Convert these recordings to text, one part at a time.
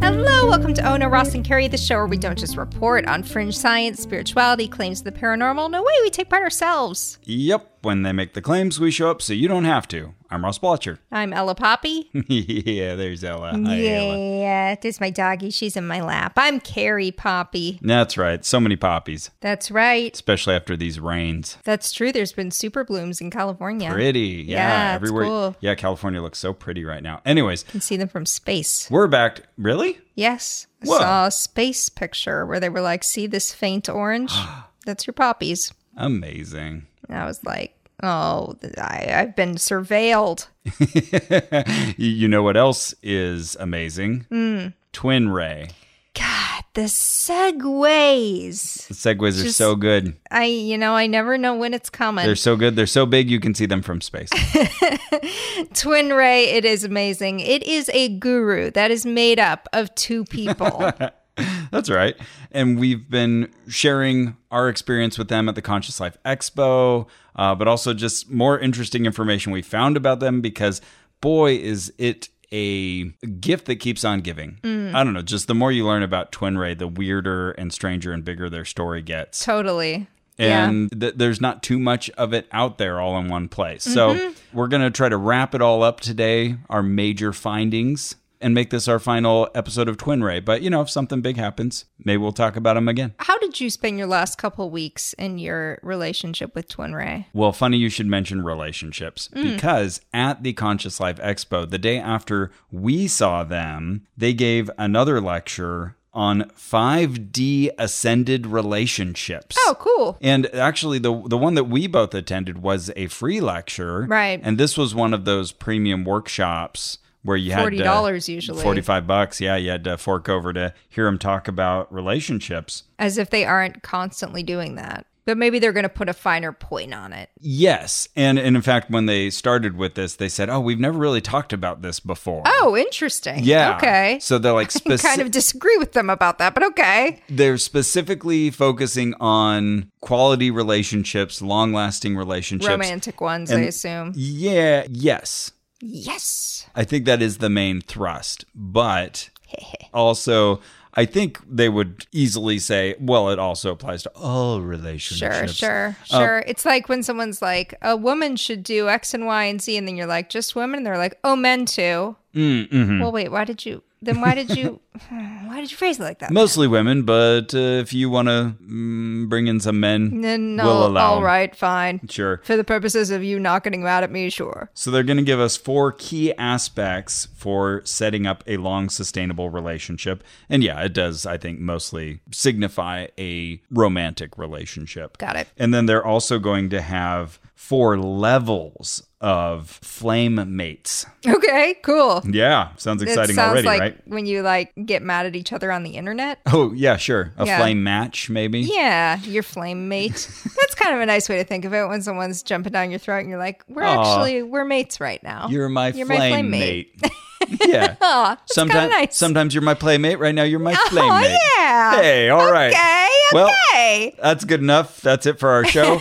Hello, welcome to Ona Ross and Carrie, the show where we don't just report on fringe science, spirituality, claims of the paranormal. No way, we take part ourselves. Yep, when they make the claims, we show up so you don't have to. I'm Ross Blotcher. I'm Ella Poppy. yeah, there's Ella. Hi, Ella. yeah, there's my doggy. She's in my lap. I'm Carrie Poppy. That's right, so many poppies, That's right. especially after these rains. That's true. There's been super blooms in California. Pretty. Yeah, Yeah, it's everywhere. cool. Yeah, California looks so pretty right now. Anyways, You can see them from space. we're back. Really? Yes. I Whoa. saw a space picture where they were like, see this faint orange? That's your poppies. Amazing. And I was like, oh, th- I, I've been surveilled. Y- you know what else is amazing? Hmm. Twin Ray. God, the segues. The segues are Just- so good. I, you know, I never know when it's coming. They're so good. They're so big you can see them from space. Twin Ray, it is amazing. It is a guru that is made up of two people. That's right. And we've been sharing our experience with them at the Conscious Life Expo, uh, but also just more interesting information we found about them because, boy, is it a gift that keeps on giving. I don't know. Just the more you learn about Twin Ray, the weirder and stranger and bigger their story gets. totally. yeah. And th- there's not too much of it out there all in one place. So Mm-hmm. we're going to try to wrap it all up today, our major findings, and make this our final episode of Twin Ray. But, you know, if something big happens, maybe we'll talk about them again. How did you spend your last couple weeks in your relationship with Twin Ray? Well, funny you should mention relationships Mm. because at the Conscious Life Expo, the day after we saw them, they gave another lecture on 5D ascended relationships. Oh, cool. And actually, the the one that we both attended was a free lecture, Right. And this was one of those premium workshops where you had to- $40 usually. forty five bucks. Yeah, you had to fork over to hear him talk about relationships. As if they aren't constantly doing that. But maybe they're going to put a finer point on it. Yes, and and in fact, when they started with this, they said, "Oh, we've never really talked about this before." Oh, interesting. Yeah. Okay. So they're like I specific. kind of disagree with them about that, but okay. they're specifically focusing on quality relationships, long lasting relationships. Romantic ones, I And- assume. Yeah. Yes. Yes. I think that is the main thrust. But also, I think they would easily say, well, it also applies to all relationships. Sure, sure, Um, sure. it's like when someone's like, a woman should do X and Y and Z, and then you're like, just women? And they're like, oh, men too. Mm, mm-hmm. Well, wait, why did you, then why did you, why did you phrase it like that? Mostly women, but uh, if you want to mm, bring in some men, Then no, we'll allow. all 'em. right, fine. Sure. For the purposes of you not getting mad at me, sure. So they're going to give us four key aspects for setting up a long sustainable relationship. And yeah, it does I think mostly signify a romantic relationship. Got it. And then they're also going to have four levels of flame mates. Okay, cool. Yeah, sounds It exciting sounds already, like right? when you like get mad at each other on the internet. Oh, yeah, sure. A Yeah. flame match maybe. Yeah, your flame mate. That's kind of a nice way to think of it when someone's jumping down your throat and you're like, we're Aw. actually we're mates right now. You're my You're my flame, flame mate. mate. yeah. Aw, that's kinda sometimes nice. sometimes you're my playmate, right now you're my flame Oh mate. yeah. Hey, all right. Okay, Well, okay. That's good enough. That's it for our show.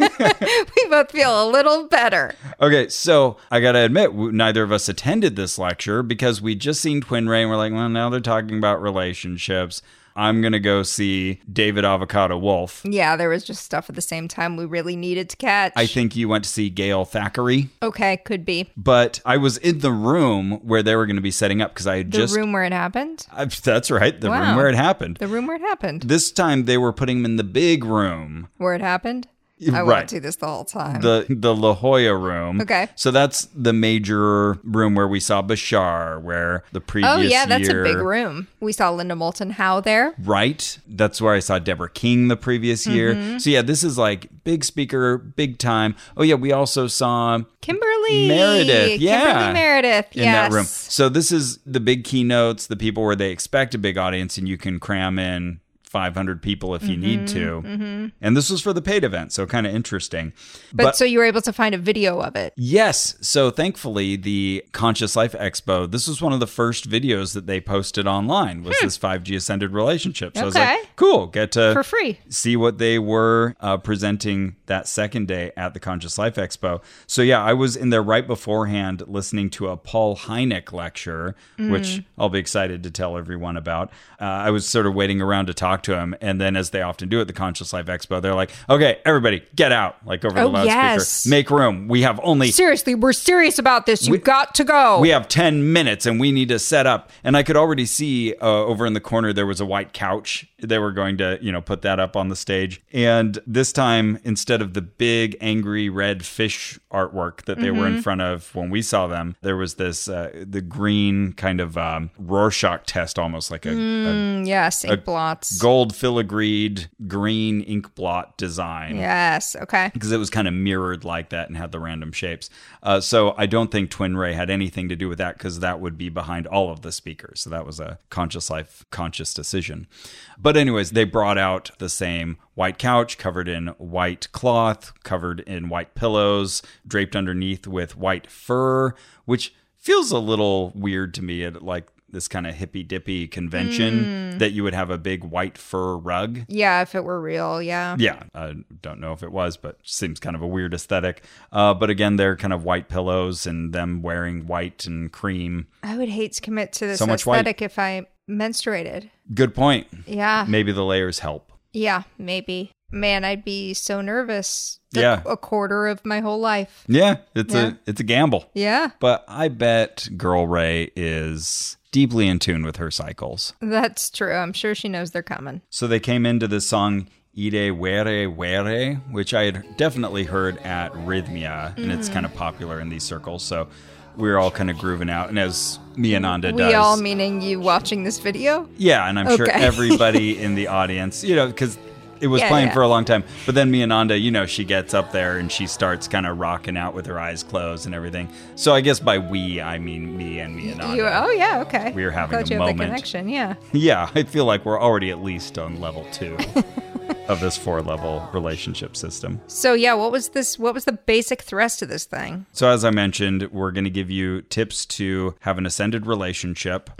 We both feel a little better. okay, so I got to admit, w- neither of us attended this lecture because we just seen Twin Ray and we're like, well, now they're talking about relationships. I'm going to go see David Avocado Wolf. Yeah, there was just stuff at the same time we really needed to catch. I think you went to see Gail Thackeray, okay, could be but I was in the room where they were going to be setting up because I had the just. room where it happened. I- that's right, the room Wow. where it happened. The room where it happened. This time they were putting him in the big room. Where it happened. I Right. won't do this the whole time. the the La Jolla room. Okay. So that's the major room where we saw Bashar, where the previous oh yeah, that's year, a big room. We saw Linda Moulton Howe there. Right. That's where I saw Deborah King the previous Mm-hmm. year. So yeah, this is like big speaker, big time. Oh yeah, we also saw Kimberly Meredith, yeah. Kimberly Meredith. in that room. So this is the big keynotes, the people where they expect a big audience and you can cram in 500 people if you need Mm-hmm. to. And this was for the paid event, so kind of interesting. But, so you were able to find a video of it. Yes. So thankfully, the Conscious Life Expo, this was one of the first videos that they posted online was this 5G ascended relationship. So I was Hmm. Okay. like, cool, get to For free. see what they were uh, presenting that second day at the Conscious Life Expo. So yeah, I was in there right beforehand listening to a Paul Hynek lecture, Mm. which I'll be excited to tell everyone about. Uh, I was sort of waiting around to talk to him, and then as they often do at the Conscious Life Expo, they're like, "Okay, everybody, get out!" Like over the Oh, loudspeaker, yes. make room. We have only Seriously, we're serious about this. You've got to go. we have 10 minutes and we need to set up and i could already see uh, over in the corner there was a white couch they were going to you know put that up on the stage and this time instead of the big angry red fish artwork that they were in front of when we saw them there was this uh, the green kind of um, rorschach test almost like a, a Mm, yes, ink blots. gold filigreed green ink blot design yes, okay. because it was kind of mirrored like that and had the random shapes. Uh, so I don't think Twin Ray had anything to do with that because that would be behind all of the speakers. So that was a conscious life, conscious decision. But, anyways, they brought out the same white couch covered in white cloth, covered in white pillows, draped underneath with white fur, which feels a little weird to me at like this kind of hippy dippy convention that you would have a big white fur rug. Yeah, if it were real, yeah. Yeah, I don't know if it was, but seems kind of a weird aesthetic. Uh, but again, they're kind of white pillows and them wearing white and cream. I would hate to commit to this So much white. aesthetic if I menstruated. Good point. Yeah. Maybe the layers help. Yeah, maybe. Man, I'd be so nervous. The- Yeah. A quarter of my whole life. Yeah, it's Yeah. a it's a gamble. Yeah. But I bet Girl Ray is deeply in tune with her cycles. That's true. I'm sure she knows they're coming. So they came into this song Ire Were Were, which I had definitely heard at Rhythmia, and Mm-hmm. it's kind of popular in these circles. So we were all kind of grooving out. And as Mia Nanda does. We all meaning you watching this video? Yeah, and I'm sure Okay. everybody in the audience, you know, because it was Yeah, playing yeah. for a long time. But then Miananda, you know, she gets up there and she starts kind of rocking out with her eyes closed and everything. So I guess by we, I mean me and Miananda. You, oh, yeah, okay. We were I having thought a you had The moment. connection. Yeah. Yeah, I feel like we're already at least on level two of this four level relationship system. So, yeah, what was this? What was the basic thrust of this thing? So, as I mentioned, we're going to give you tips to have an ascended relationship.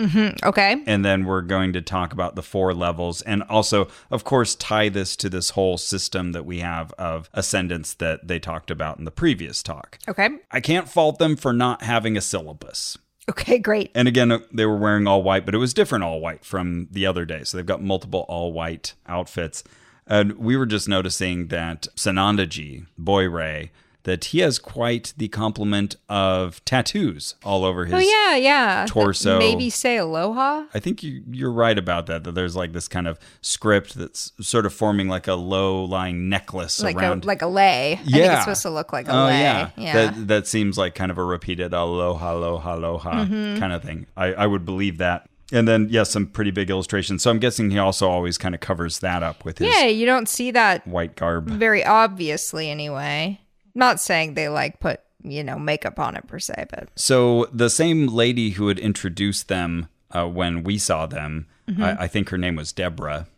Okay. and then we're going to talk about the four levels and also of course tie this to this whole system that we have of ascendance that they talked about in the previous talk Okay. i can't fault them for not having a syllabus Okay, great. and again uh, they were wearing all white but it was different all white from the other day so they've got multiple all white outfits and we were just noticing that sanandaji boy ray that he has quite the complement of tattoos all over his Oh, yeah, yeah. Torso. Maybe say aloha? I think you, you're right about that. That there's like this kind of script that's sort of forming like a low lying necklace Like around. a like a lay. I think Yeah. it's supposed to look like a oh lay. yeah, That that seems like kind of a repeated aloha, aloha, aloha Mm-hmm. kind of thing. I, I would believe that. And then yes, some pretty big illustrations. So I'm guessing he also always kind of covers that up with his yeah, you don't see that white garb. very obviously anyway. Not saying they like put, you know, makeup on it per se, but So the same lady who had introduced them uh, when we saw them, I, I think her name was Deborah.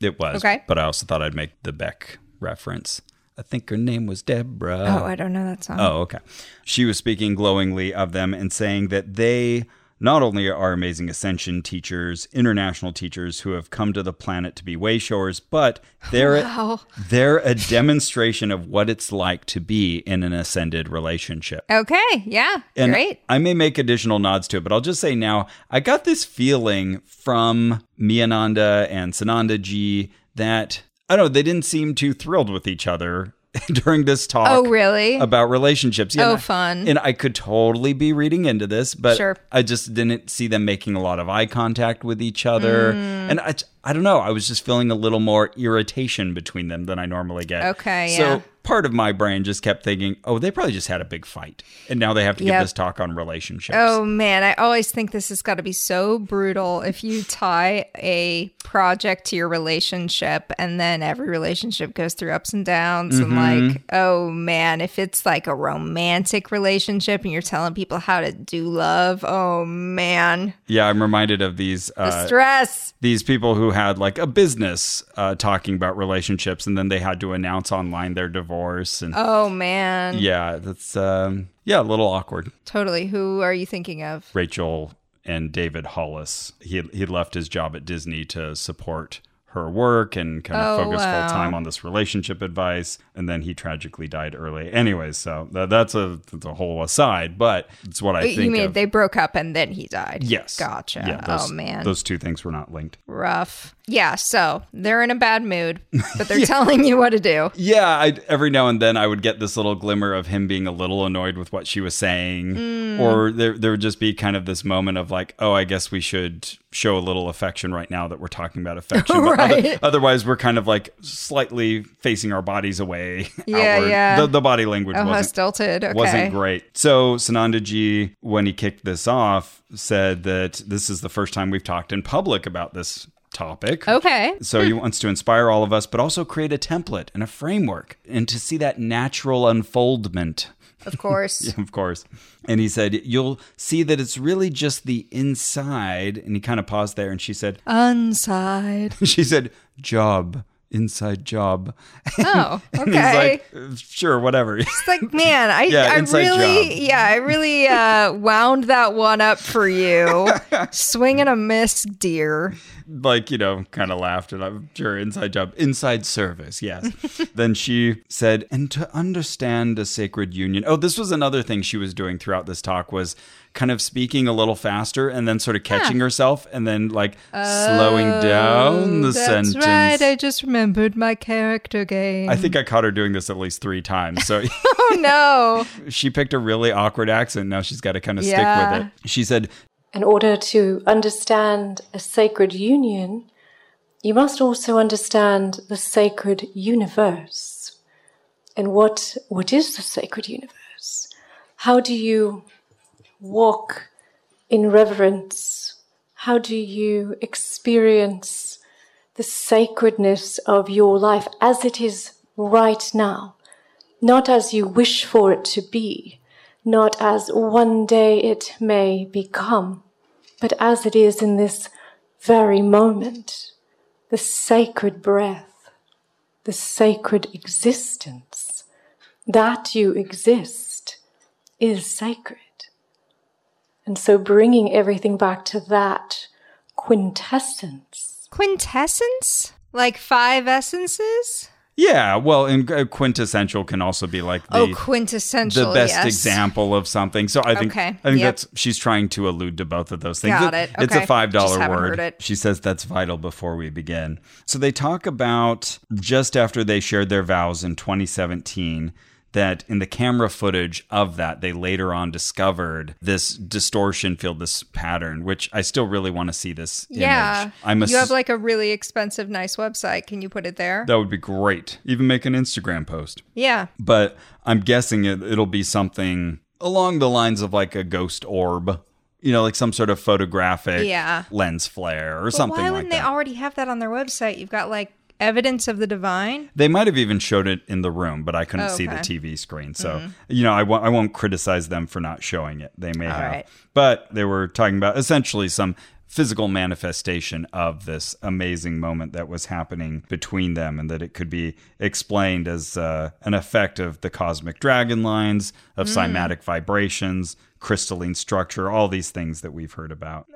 It was. Mm-hmm. Okay. But I also thought I'd make the Beck reference. I think her name was oh, Deborah. I don't know that song. Oh, okay. She was speaking glowingly of them and saying that they not only are amazing ascension teachers, international teachers who have come to the planet to be wayshowers, but they're Wow. they're a demonstration of what it's like to be in an ascended relationship. Okay, yeah, And great. I may make additional nods to it, but I'll just say now I got this feeling from Miananda and Sananda G that I don't know, they didn't seem too thrilled with each other during this talk Oh, really? about relationships. Yeah, Oh, and I- fun. And I could totally be reading into this, but Sure. I just didn't see them making a lot of eye contact with each other. Mm. And I, I don't know, I was just feeling a little more irritation between them than I normally get. Okay, So yeah. part of my brain just kept thinking, oh, they probably just had a big fight. And now they have to Yep. give this talk on relationships. Oh man, I always think this has got to be so brutal if you tie a project to your relationship and then every relationship goes through ups and downs Mm-hmm. and like, oh man, if it's like a romantic relationship and you're telling people how to do love, oh man, Yeah, I'm reminded of these the uh, stress. these people who had like a business uh, talking about relationships, and then they had to announce online their divorce. And Oh man. yeah, that's um, yeah, a little awkward. Totally. Who are you thinking of? Rachel and David Hollis. He he left his job at Disney to support her work and kind of Oh, focus wow. full time on this relationship advice. And then he tragically died early. Anyways, so tha- that's a that's a whole aside, but it's what I Wait, think. You mean of. they broke up and then he died? Yes. Gotcha. Yeah, those- oh man. Those two things were not linked. Rough. Yeah, so they're in a bad mood, but they're telling you what to do. Yeah, I, every now and then I would get this little glimmer of him being a little annoyed with what she was saying, Mm. or there there would just be kind of this moment of like, oh, I guess we should show a little affection right now that we're talking about affection. But other- Right. otherwise, we're kind of like slightly facing our bodies away. Yeah, outward. yeah. The, the body language Oh, how wasn't stilted. Okay. wasn't great. So Sanandaji, when he kicked this off, said that this is the first time we've talked in public about this topic. Okay. So he wants to inspire all of us, but also create a template and a framework and to see that natural unfoldment. Of course. Of course. And he said, You'll see that it's really just the inside. And he kind of paused there and she said, Unside. She said, Job, inside job. Oh, okay. And he's like, "Uh, Sure, whatever. it's like, man, I, Yeah, I inside really, job. yeah, I really uh, wound that one up for you. Swing and a miss, dear. like you know kind of laughed and i'm sure inside job inside service yes then she said and to understand a sacred union oh this was another thing she was doing throughout this talk was kind of speaking a little faster and then sort of catching herself and then like slowing down the Oh, That's sentence right. I just remembered my character game. I think I caught her doing this at least three times. So oh no. she picked a really awkward accent. Now she's got to kind of stick Yeah. with it. She said, In order to understand a sacred union, you must also understand the sacred universe. And what, what is the sacred universe? How do you walk in reverence? How do you experience the sacredness of your life as it is right now? Not as you wish for it to be, not as one day it may become, but as it is in this very moment, the sacred breath, the sacred existence, that you exist is sacred. And so bringing everything back to that quintessence. Quintessence? Like five essences? Yeah, well, and uh, quintessential can also be like the oh, quintessential. the best yes. example of something. So I think Okay, I think yep. that's she's trying to allude to both of those things. Got it, It's a okay. five Just dollar haven't word. heard it. She says that's vital before we begin. So they talk about just after they shared their vows in 2017 that in the camera footage of that they later on discovered this distortion field this pattern which I still really want to see this Yeah. image. I'm you ass- have like a really expensive, nice website. Can you put it there? that would be great. Even make an Instagram post. yeah. but I'm guessing it, it'll be something along the lines of like a ghost orb, you know, like some sort of photographic Yeah. lens flare or But something why like wouldn't that. they already have that on their website? You've got like evidence of the divine. they might have even showed it in the room, but I couldn't Oh, see the okay. Mm-hmm. TV screen. So, you know, I w- I won't criticize them for not showing it. They may have. right. But they were talking about essentially some physical manifestation of this amazing moment that was happening between them and that it could be explained as uh, an effect of the cosmic dragon lines, of Mm. cymatic vibrations, crystalline structure, all these things that we've heard about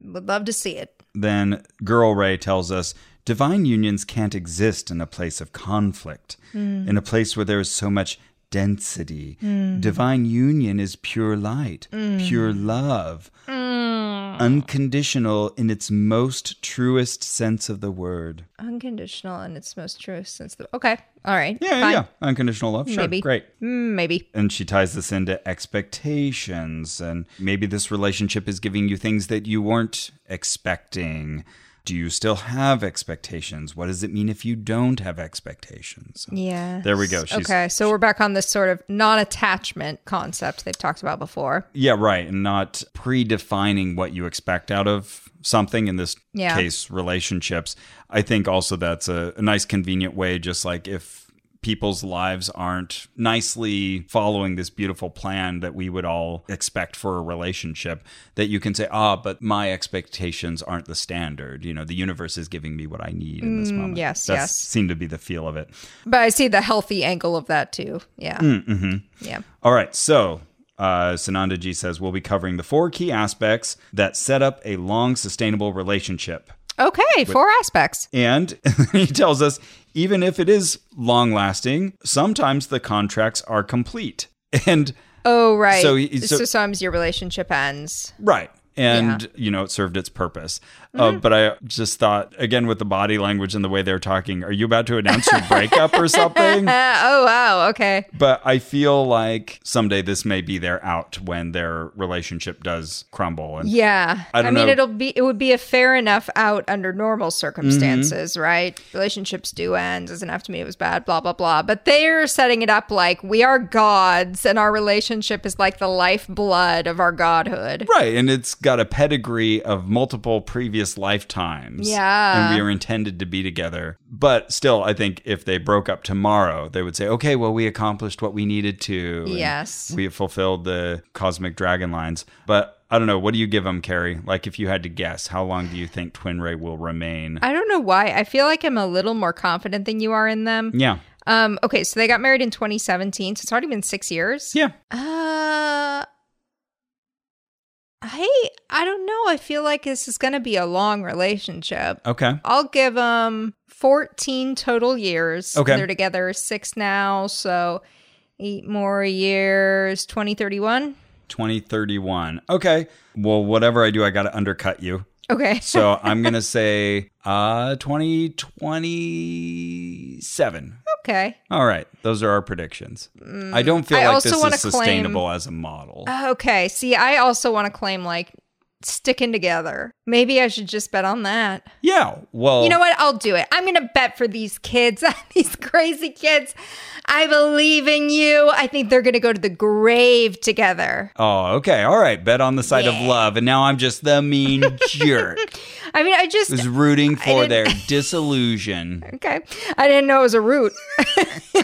Would love to see it. then Girl Ray tells us divine unions can't exist in a place of conflict, Hmm. in a place where there is so much density. Divine union is pure light, Hmm. pure love, unconditional in its most truest sense of the word. Unconditional in its most true sense. Of, okay. All right. Yeah, yeah, Fine. yeah. Unconditional love. Sure. Maybe. Great. Mm, Maybe. and she ties this into expectations and maybe this relationship is giving you things that you weren't expecting Do you still have expectations? What does it mean if you don't have expectations? Yeah. There we go. She's- okay, so we're back on this sort of non-attachment concept they've talked about before. Yeah, right. And not predefining what you expect out of something, in this Yeah. case, relationships. I think also that's a, a nice, convenient way, just like if people's lives aren't nicely following this beautiful plan that we would all expect for a relationship, that you can say, ah, but my expectations aren't the standard. You know, the universe is giving me what I need in this moment. Mm, yes, That yes. seemed to be the feel of it. But I see the healthy angle of that too. Yeah. Mm, mm-hmm. Yeah. All right, so uh, Sananda G says we'll be covering the four key aspects that set up a long, sustainable relationship. Okay, four aspects. And he tells us even if it is long lasting, sometimes the contracts are complete. And Oh right. So So, he- so- sometimes your relationship ends. Right. And, you know, it served its purpose. Uh, but I just thought, again, with the body language and the way they're talking, are you about to announce your breakup or something? Uh, oh wow. Okay. But I feel like someday this may be their out when their relationship does crumble. And Yeah. I don't mean, know. it'll be it would be a fair enough out under normal circumstances, Mm-hmm. right? Relationships do end. Doesn't have to mean it was bad. Blah blah blah. But they're setting it up like we are gods, and our relationship is like the lifeblood of our godhood. Right, and it's got a pedigree of multiple previous lifetimes. Yeah. And we are intended to be together. But still, I think if they broke up tomorrow, they would say, okay, well, we accomplished what we needed to. and Yes. We have fulfilled the cosmic dragon lines. But I don't know. What do you give them, Carrie? Like, if you had to guess, how long do you think Twin Ray will remain? I don't know why. I feel like I'm a little more confident than you are in them. yeah. Um. Okay. So they got married in 2017. So it's already been six years. Yeah. Uh, I I don't know. I feel like this is going to be a long relationship. Okay. I'll give them 14 total years. Okay. They're together 6 now, so 8 more years, 2031. 2031. Okay. Well, whatever I do, I got to undercut you. Okay. So I'm going to say uh 2027. Okay. All right, those are our predictions. I don't feel Mm, I like also this wanna is claim- Uh, sustainable as a model. Okay. See, I also want to claim like sticking together. Maybe I should just bet on that. yeah, well, You know what? I'll do it. I'm going to bet for these kids, these crazy kids. I believe in you. I think they're going to go to the grave together. Oh, okay, all right. Bet on the side of Yeah. love, and now I'm just the mean jerk I mean, I just, who's rooting for their didn't- disillusion. okay. I didn't know it was a root.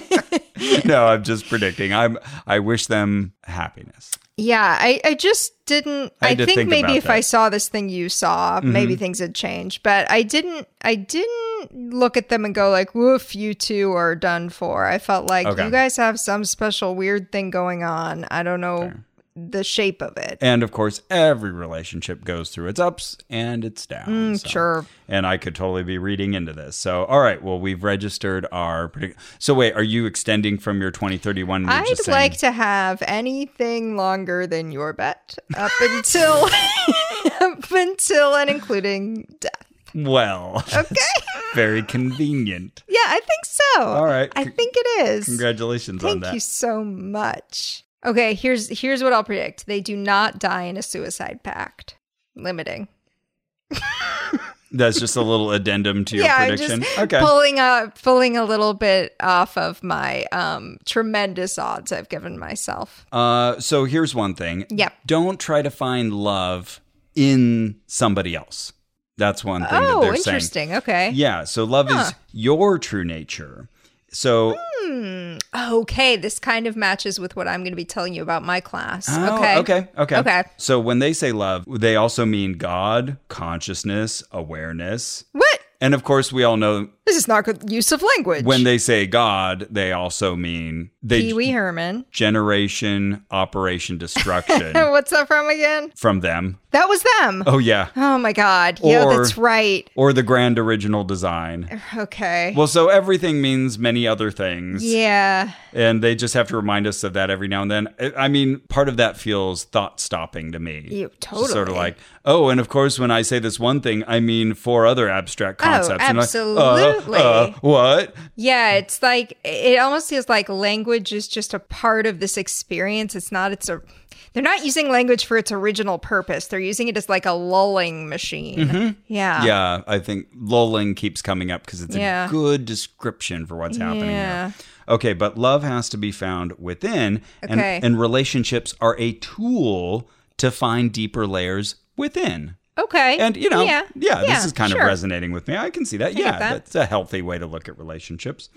no, I'm just predicting. I'm. I wish them happiness. yeah. I, I just didn't. I I, had to think, think maybe about if I that. Mm-hmm. saw this thing you saw, maybe things had changed. But I didn't, I didn't look at them and go like, woof, you two are done for. I felt like Okay. you guys have some special weird thing going on. I don't know the shape of it. And of course, every relationship goes through its ups and its downs. so- sure. And I could totally be reading into this. So, all right. Well, we've registered our. Predict- so, wait, are you extending from your 2031? You're I'd just saying- like to have anything longer than your bet up until up until and including death. Well, okay. very convenient. Yeah, I think so. All right. I C- think it is. Congratulations on Thank that. you so much. Okay, here's here's what I'll predict. They do not die in a suicide pact. Limiting. That's just a little addendum to your yeah, prediction. I'm just okay. pulling a pulling a little bit off of my um tremendous odds I've given myself. uh, so here's one thing. Yep. Don't try to find love in somebody else. That's one thing that Oh, they're saying. interesting. Okay. Yeah. So love is your true nature. So Okay, this kind of matches with what I'm going to be telling you about my class. Oh, okay. okay. Okay. Okay. So when they say love, they also mean God, consciousness, awareness. What? And of course, we all know This is not good use of language. when they say God, they also mean they Pee Wee Herman. generation operation destruction What's that from again? from them. That was them. Oh, Oh yeah. my God. Yeah, Or- that's right. Or the grand original design. Okay. Well, so everything means many other things. yeah. And they just have to remind us of that every now and then. I- I mean, part of that feels thought stopping to me. You- It's just Sort of totally. like, oh, and of course, when I say this one thing, I mean four other abstract concepts. And like, uh, absolutely. uh, what? Yeah, it's like it almost feels like language is just a part of this experience. It's not it's a they're not using language for its original purpose. They're using it as like a lulling machine. Yeah. Mm-hmm. Yeah, I think lulling keeps coming up because it's Uh. Yeah. a good description for what's happening Yeah. here. Okay, but love has to be found within, and, Okay. and relationships are a tool to find deeper layers within. Okay. And you know, yeah, this is kind sure. of resonating with me. I can see that. Mm-hmm. yeah, that. that's a healthy way to look at relationships.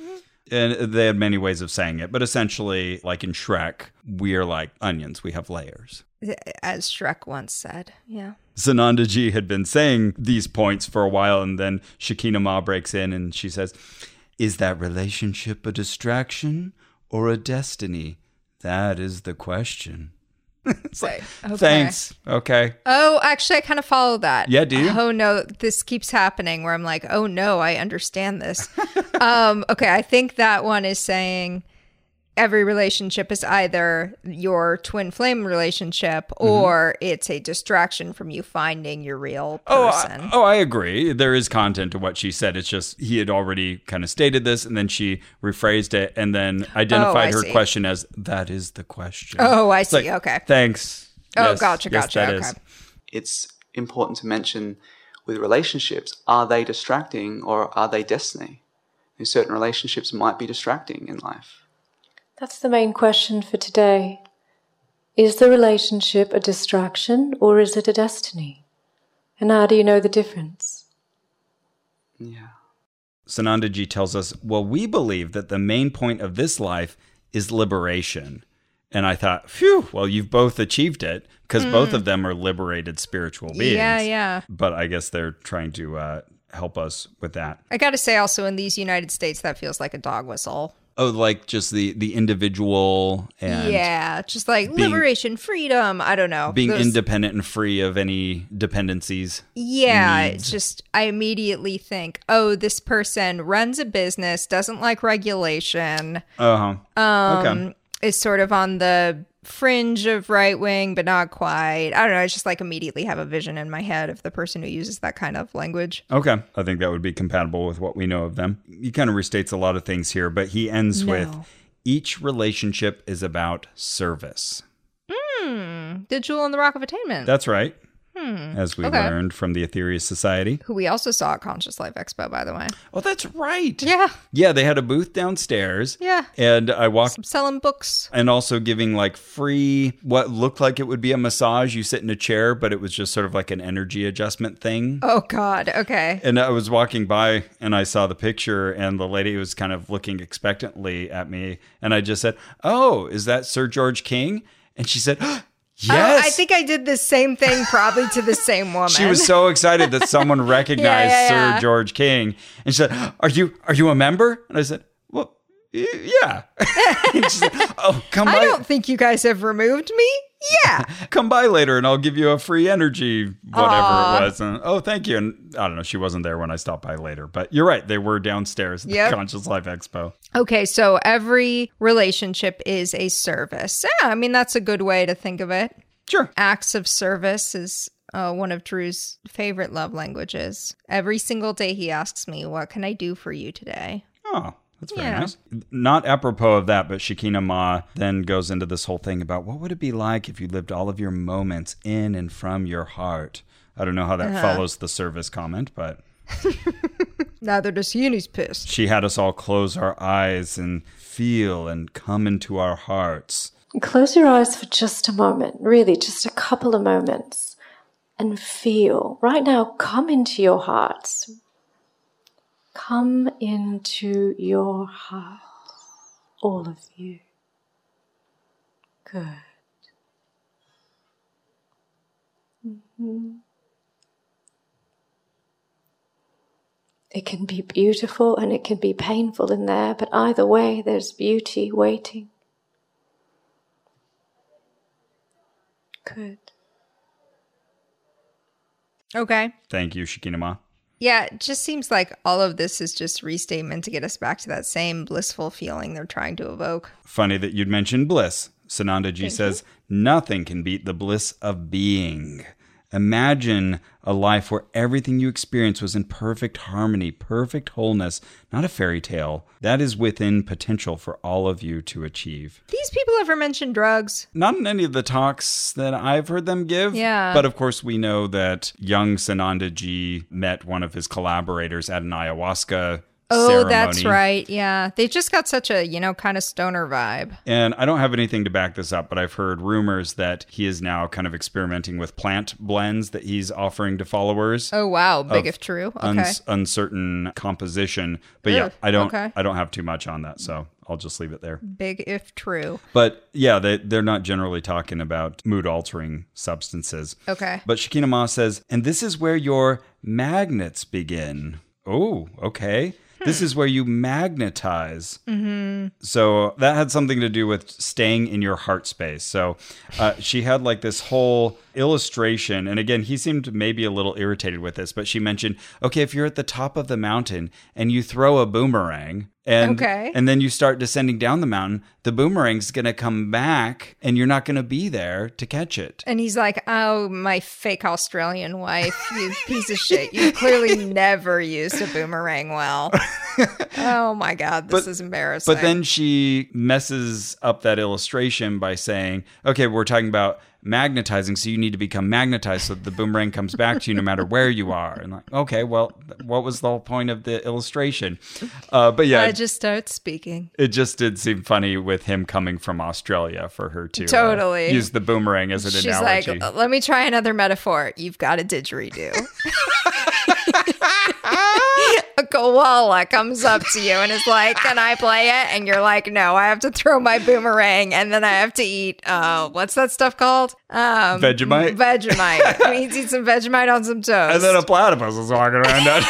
And they had many ways of saying it, but essentially, like in Shrek, we are like onions. We have layers. As Shrek once said. Yeah. Sananda Ji had been saying these points for a while, and then Shakina Ma breaks in and she says, Is that relationship a distraction or a destiny? That is the question. it's like, Okay. Thanks. Okay. Oh, actually, I kind of follow that. Yeah, do you? Oh no, this keeps happening where I'm like, oh no, I understand this. um, okay, I think that one is saying every relationship is either your twin flame relationship Mm-hmm. or it's a distraction from you finding your real Oh, person. I, oh, I agree. There is content to what she said. It's just he had already kind of stated this, and then she rephrased it, and then identified Oh, I her see. question as that is the question. Oh, I It's see. Okay. Thanks. Oh, gotcha, Yes, gotcha. that Okay. is. it's important to mention with relationships are they distracting or are they destiny? And certain relationships might be distracting in life. That's the main question for today. Is the relationship a distraction or is it a destiny? And how do you know the difference? Yeah. Sanandaji tells us, Well, we believe that the main point of this life is liberation. And I thought, Phew, well, you've both achieved it because both of them are liberated spiritual beings. Hmm. Yeah, yeah. But I guess they're trying to uh, help us with that. I got to say, also in these United States, that feels like a dog whistle. Oh, like just the, the individual and yeah, just like being- liberation, freedom. I don't know. being Those- independent and free of any dependencies. Yeah, it's just I immediately think, oh, this person runs a business, doesn't like regulation, Uh huh. okay. is sort of on the fringe of right wing, but not quite. I don't know. I just like immediately have a vision in my head of the person who uses that kind of language. Okay. I think that would be compatible with what we know of them. He kind of restates a lot of things here, but he ends with each relationship is about service. The Jewel in the Rock of Attainment, That's right. As we Hmm. Okay. learned from the Aetherius Society. who we also saw at Conscious Life Expo, by the way. Oh, that's right. Yeah, Yeah, they had a booth downstairs. Yeah. And I walked selling books. and also giving like free what looked like it would be a massage. You sit in a chair, but it was just sort of like an energy adjustment thing. Oh God. Okay. And I was walking by and I saw the picture, and the lady was kind of looking expectantly at me. And I just said, Oh, is that Sir George King? And she said, Yes. Oh, I think I did the same thing probably to the same woman. she was so excited that someone recognized Yeah, yeah, yeah. Sir George King. And she said, Are you are you a member? And I said, Well, y- yeah. and she said, Oh, come I by don't think you guys have removed me. Yeah. come by later and I'll give you a free energy, whatever it was. And, oh, thank you. And I don't know, she wasn't there when I stopped by later, but you're right. They were downstairs at Yep. the Conscious Life Expo. Okay, so every relationship is a service. Yeah, I mean, that's a good way to think of it. Sure. Acts of service is uh, one of Drew's favorite love languages. Every single day he asks me, What can I do for you today? Oh, that's very Yeah. nice. Not apropos of that, but Shakina Ma then goes into this whole thing about what would it be like if you lived all of your moments in and from your heart. I don't know how Uh-huh. that follows the service comment, but Neither does he, and he's pissed. she had us all close our eyes and feel and come into our hearts. Close your eyes for just a moment, really, just a couple of moments, and feel. Right now, come into your hearts. Come into your heart, all of you. Good. Mhm. It can be beautiful and it can be painful in there, but either way, there's beauty waiting. Good. Okay. Thank you, Shakina Ma. Yeah, it just seems like all of this is just restatement to get us back to that same blissful feeling they're trying to evoke. Funny that you'd mentioned bliss. Sananda Ji says, nothing can beat the bliss of being. Imagine a life where everything you experience was in perfect harmony, perfect wholeness, not a fairy tale. That is within potential for all of you to achieve. These people ever mention drugs? Not in any of the talks that I've heard them give. Yeah. But of course, we know that young Sananda Ji met one of his collaborators at an ayahuasca. Oh, ceremony. that's right. Yeah. They've just got such a, you know, kind of stoner vibe. And I don't have anything to back this up, but I've heard rumors that he is now kind of experimenting with plant blends that he's offering to followers. Oh, wow. Big if true. Okay. uns- uncertain composition. But yeah, Ugh, I don't okay. I don't have too much on that, so I'll just leave it there. Big if true. But yeah, they they're not generally talking about mood altering substances. Okay. But Shakina Ma says, and this is where your magnets begin. Oh, okay. Hmm. This is where you magnetize. Mm-hmm. So that had something to do with staying in your heart space. So uh, she had like this whole illustration. And again, he seemed maybe a little irritated with this, but she mentioned, okay, if you're at the top of the mountain and you throw a boomerang and, Okay. and then you start descending down the mountain, the boomerang's going to come back and you're not going to be there to catch it. And he's like, "Oh, my fake Australian wife, you piece of shit! You clearly never used a boomerang well." oh my god, this is embarrassing. But then she messes up that illustration by saying, okay, we're talking about magnetizing, so you need to become magnetized so that the boomerang comes back to you no matter where you are. And like, okay, well, th- what was the whole point of the illustration? Uh, but yeah, I just start speaking. it just did seem funny with him coming from Australia for her to uh, Totally. use the boomerang as an She's analogy. like, "Uh, "Let me try another metaphor. You've got a didgeridoo." a koala comes up to you and is like, "Can I play it?" And you're like, "No, I have to throw my boomerang, and then I have to eat. Uh, what's that stuff called? Um, Vegemite? Vegemite. I mean, eat some Vegemite on some toast. and then a platypus was walking around. out-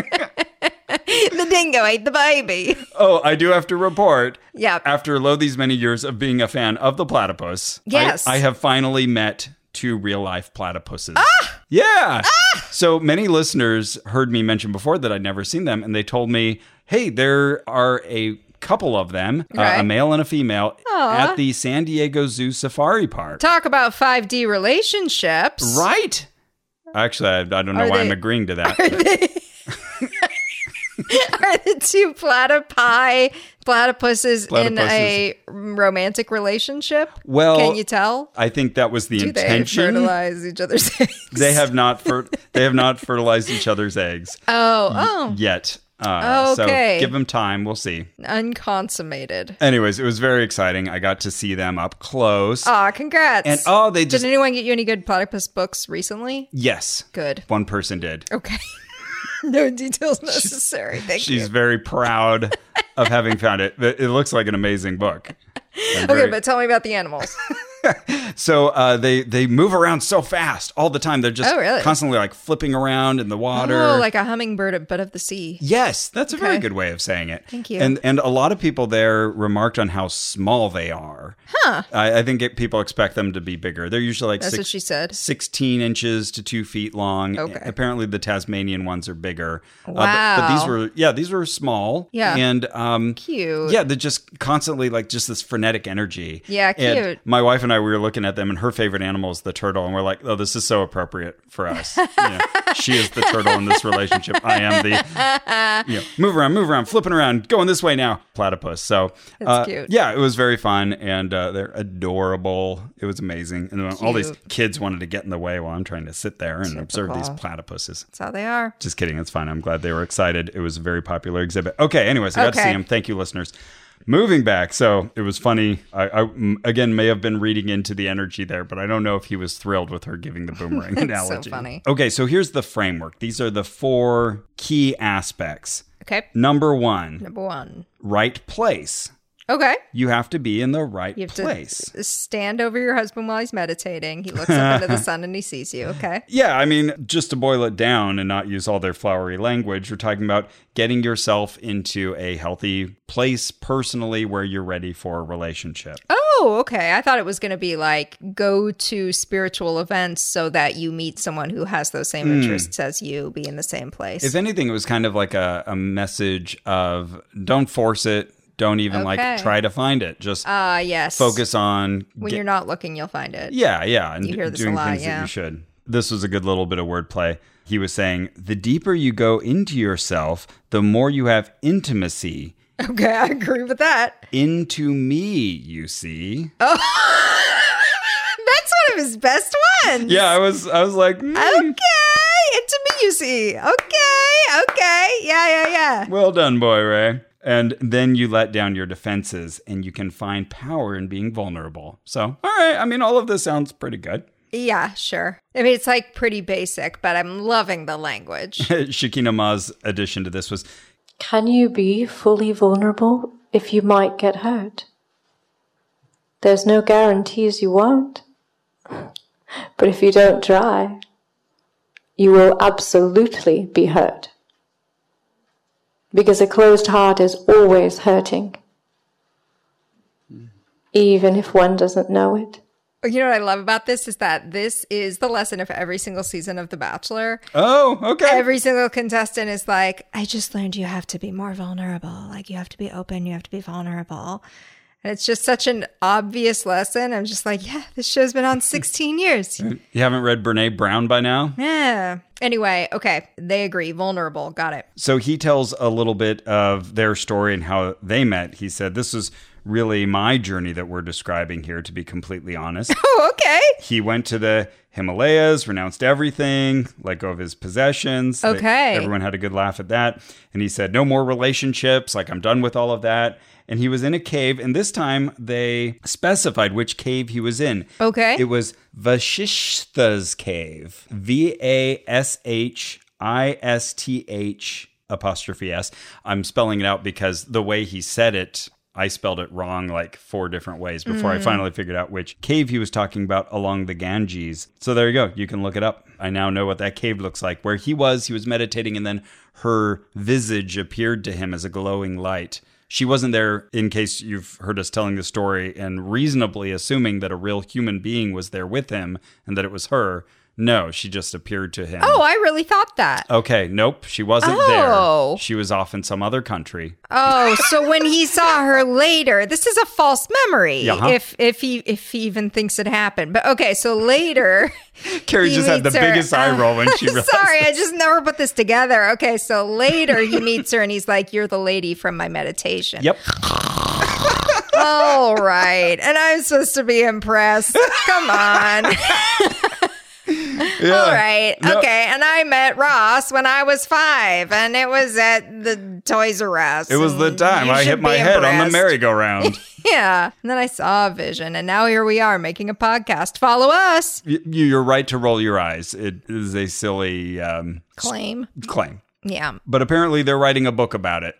the dingo ate the baby. oh, I do have to report. Yep. after lo these many years of being a fan of the platypus, I- Yes. I, have finally met two real life platypuses. Ah! Yeah. So many listeners heard me mention before that I'd never seen them, and they told me, hey, there are a couple of them, uh, a Right. male and a female, at the San Diego Zoo Safari Park. Talk about 5D relationships. right. Actually, I, I don't know Are why they- I'm agreeing to that. Are the two platypi platypuses, in Platypuses. a romantic relationship? Well, Can you tell? I think that was the Do they Oh, intention. fertilize each other's eggs? They have not fer- they have not fertilized each other's eggs. Oh, oh, yet. Uh, Okay. So give them time. We'll see. unconsummated. Anyways, it was very exciting. I got to see them up close. Aw, congrats. and oh, they Did just. anyone get you any good platypus books recently? yes. Good. One person did. Okay. no details necessary. Thank you. She's very proud of having found it. It it looks like an amazing book. I'm Okay, very- but tell me about the animals. so uh, they they move around so fast all the time. They're just Oh, really? constantly like flipping around in the water. Oh, like a hummingbird, but of the sea. Yes, that's a very Okay. good way of saying it. Thank you. And and a lot of people there remarked on how small they are. Huh. I, I think it, people expect them to be bigger. They're usually like That's six, what she said. 16 inches to two feet long. Okay. Apparently, the Tasmanian ones are bigger. Uh, but- but, Wow. these were yeah, these were small. Yeah. And um, Cute. yeah, they're just constantly like just this frenetic energy. Yeah, And cute. my wife and I we were looking at them, and her favorite animal is the turtle, and we're like, oh, this is so appropriate for us. You know, she is the turtle in this relationship. I am the you know, move around, move around, flipping around, going this way now, platypus. So uh, cute. Yeah, it was very fun, and uh, they're adorable. It was amazing, and then all these Cute. kids wanted to get in the way while I'm trying to sit there and observe these Typical. platypuses. That's how they are. Just kidding. It's fine. I'm glad they were excited. It was a very popular exhibit. Okay. Anyways, I got to Okay. see him. Thank you, listeners. Moving back. So it was funny. I, I, mm, again, may have been reading into the energy there, but I don't know if he was thrilled with her giving the boomerang analogy. funny. Okay. So here's the framework. These are the four key aspects. Okay. Number one, Number one. right place. Okay. You have to be in the right You have to place. s- stand over your husband while he's meditating. He looks up into the sun and he sees you. Okay. Yeah, I mean, just to boil it down and not use all their flowery language, we're talking about getting yourself into a healthy place personally where you're ready for a relationship. Oh, okay. I thought it was going to be like go to spiritual events so that you meet someone who has those same Hmm. interests as you, be in the same place. If anything, it was kind of like a, a message of don't force it, Don't even like Okay. try to find it. Just Ah, yes. focus on When get- you're not looking, you'll find it. Yeah, yeah, and You d- hear this a doing lot, things that yeah. you should. This was a good little bit of wordplay. He was saying, "The deeper you go into yourself, the more you have intimacy Okay, I agree with that. into me, you see." Oh, That's one of his best ones. Yeah, I was I was like, "Hmm, Okay. Into me, you see. Okay. Okay. Yeah, yeah, yeah. "Well done, boy Ray." And then you let down your defenses and you can find power in being vulnerable. So, all right, I mean all of this sounds pretty good. Yeah, sure. I mean, it's like pretty basic, but I'm loving the language. Shikina Ma's addition to this was Can you be fully vulnerable if you might get hurt? There's no guarantees you won't. But if you don't try, you will absolutely be hurt. Because a closed heart is always hurting, even if one doesn't know it. you know what I love about this is that this is the lesson of every single season of The Bachelor. Oh, okay. Every single contestant is like, I just learned you have to be more vulnerable. Like, you have to be open, you have to be vulnerable. And it's just such an obvious lesson. I'm just like, yeah, this show's been on 16 years. you haven't read Brene Brown by now? Yeah. Anyway, okay. They agree. Vulnerable. Got it. So he tells a little bit of their story and how they met. He said, This is really my journey that we're describing here, to be completely honest. Oh, okay. he went to the Himalayas, renounced everything, let go of his possessions. They- Okay. everyone had a good laugh at that. And he said, No more relationships. Like, I'm done with all of that. And he was in a cave. And this time they specified which cave he was in. Okay. It was Vashishta's cave. V A S H I S T H apostrophe S. I'm spelling it out because the way he said it, I spelled it wrong like four different ways before I finally figured out which cave he was talking about along the Ganges. So there you go. You can look it up. I now know what that cave looks like. Where he was, he was meditating, and then her visage appeared to him as a glowing light. She wasn't there in case you've heard us telling the story and reasonably assuming that a real human being was there with him and that it was her. No, she just appeared to him. Oh, I really thought that. Okay, nope, she wasn't Oh. there. She was off in some other country. Oh, so when he saw her later, this is a false memory. Yeah, huh? If if he if he even thinks it happened, but okay, so later, Carrie he just had the meets her- biggest eye roll when she realized. Sorry, I just never put this together. Okay, so later he meets her and he's like, "You're the lady from my meditation." Yep. All right, and I'm supposed to be impressed. Come on. Yeah. All right. No. Okay. And I met Ross when I was five, and it was at the Toys R Us. It was the and time you I should hit be my head on the impressed. merry-go-round. Yeah. And then I saw a vision, and now here we are making a podcast. Follow us. Y- You're right to roll your eyes. It is a silly um, Claim. claim. Yeah. But apparently they're writing a book about it.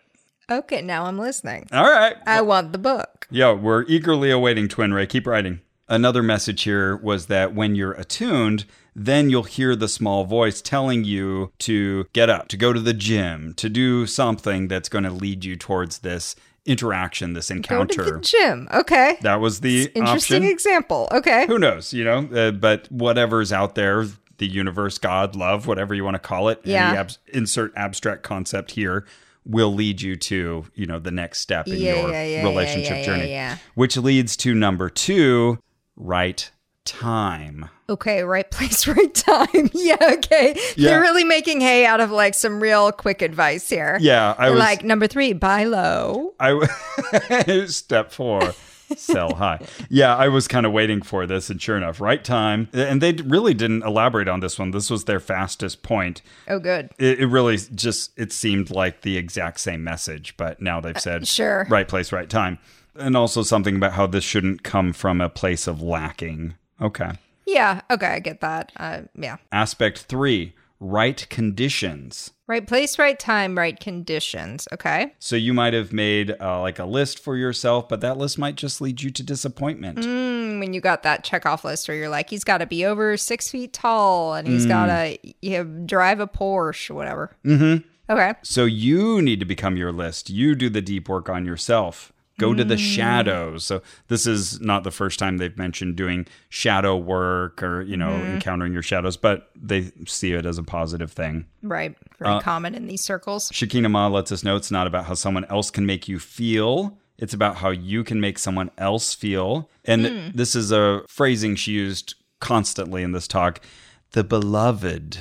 Okay. Now I'm listening. All right. I want the book. Yeah, we're eagerly awaiting Twin Ray. Keep writing. Another message here was that when you're attuned, then you'll hear the small voice telling you to get up, to go to the gym, to do something that's going to lead you towards this interaction, this Go to the encounter. gym. Okay. That was the Interesting option. example. Okay. Who knows, you know? Uh, but whatever's out there, the universe, God, love, whatever you want to call it, any Yeah. abs- insert abstract concept here will lead you to, you know, the next step in Yeah, your yeah, yeah, yeah, relationship yeah, yeah, journey. yeah. Which leads to number two, right time. Okay. Right place, right time. yeah. Okay. Yeah. They're really making hay out of like some real quick advice here. Yeah, I They're was like number three, buy low. I w- step four, sell high. Yeah, I was kind of waiting for this, and sure enough, right time. And they d- really didn't elaborate on this one. This was their fastest point. Oh, good. it, it really just it seemed like the exact same message but now they've said sure. right place right time and also something about how this shouldn't come from a place of lacking okay Yeah. Okay. I get that. Uh, yeah. aspect three right conditions Right place, right time, right conditions. Okay. so you might have made uh, like a list for yourself but that list might just lead you to disappointment when you got that checkoff list where you're like, he's got to be over six feet tall and Mm. he's got to you know, drive a Porsche, whatever. Mm-hmm. Okay. so you need to become your list you do the deep work on yourself go to the shadows so this is not the first time they've mentioned doing shadow work or you know encountering your shadows but they see it as a positive thing Right. Uh, Very common in these circles. shakina ma lets us know it's not about how someone else can make you feel It's about how you can make someone else feel. And this is a phrasing she used constantly in this talk. The beloved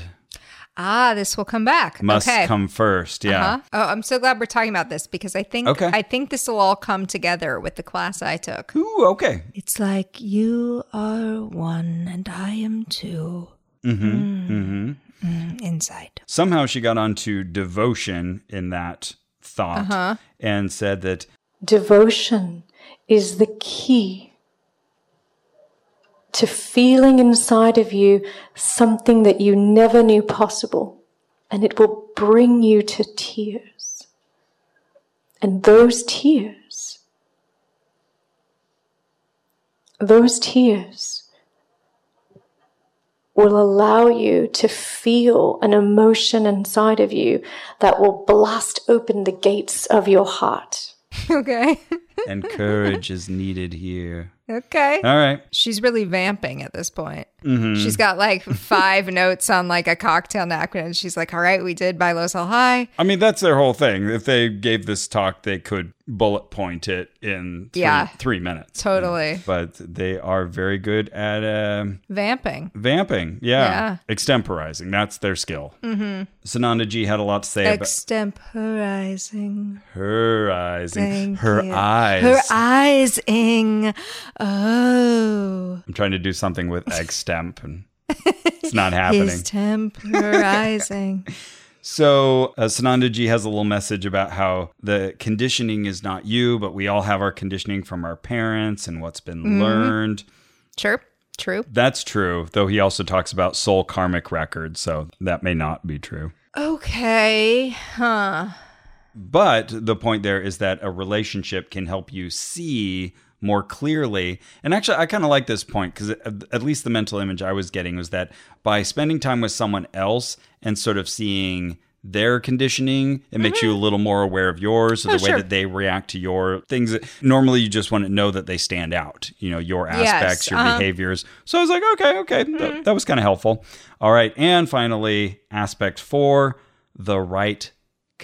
Ah, this will come back. must okay. come first. Yeah. Huh? Oh, I'm so glad we're talking about this because I think Okay. I think this will all come together with the class I took. Ooh, okay. It's like you are one and I am two. Mm-hmm. Mm-hmm. Inside. Somehow she got onto devotion in that thought Uh-huh. and said that Devotion is the key to feeling inside of you something that you never knew possible, and it will bring you to tears. And those tears, those tears will allow you to feel an emotion inside of you that will blast open the gates of your heart. okay. and courage is needed here. Okay. All right. She's really vamping at this point. Mm-hmm. She's got like five notes on like a cocktail napkin, and she's like, "All right, we did by low sell high." I mean, that's their whole thing. If they gave this talk, they could bullet point it in three, Yeah. three minutes. Totally But they are very good at um vamping. vamping. Yeah. Yeah. Extemporizing. That's their skill. Mm-hmm. Sananda G had a lot to say Extemporizing. about her eyes. and Thank her you. eyes. Her eyes ing. Oh. I'm trying to do something with extemp and it's not happening. His temporizing. So, uh, Sananda Ji has a little message about how the conditioning is not you, but we all have our conditioning from our parents and what's been learned. sure. True. That's true, though he also talks about soul karmic records, so that may not be true. Okay. Huh. But the point there is that a relationship can help you see more clearly. And actually, I kind of like this point because at least the mental image I was getting was that by spending time with someone else and sort of seeing their conditioning, it makes you a little more aware of yours, or the way sure. that they react to your things. that- Normally, you just want to know that they stand out, you know, your Yes, aspects, your uh-huh. behaviors. So I was like, okay, okay, th- that was kind of helpful. All right. And finally, aspect four the right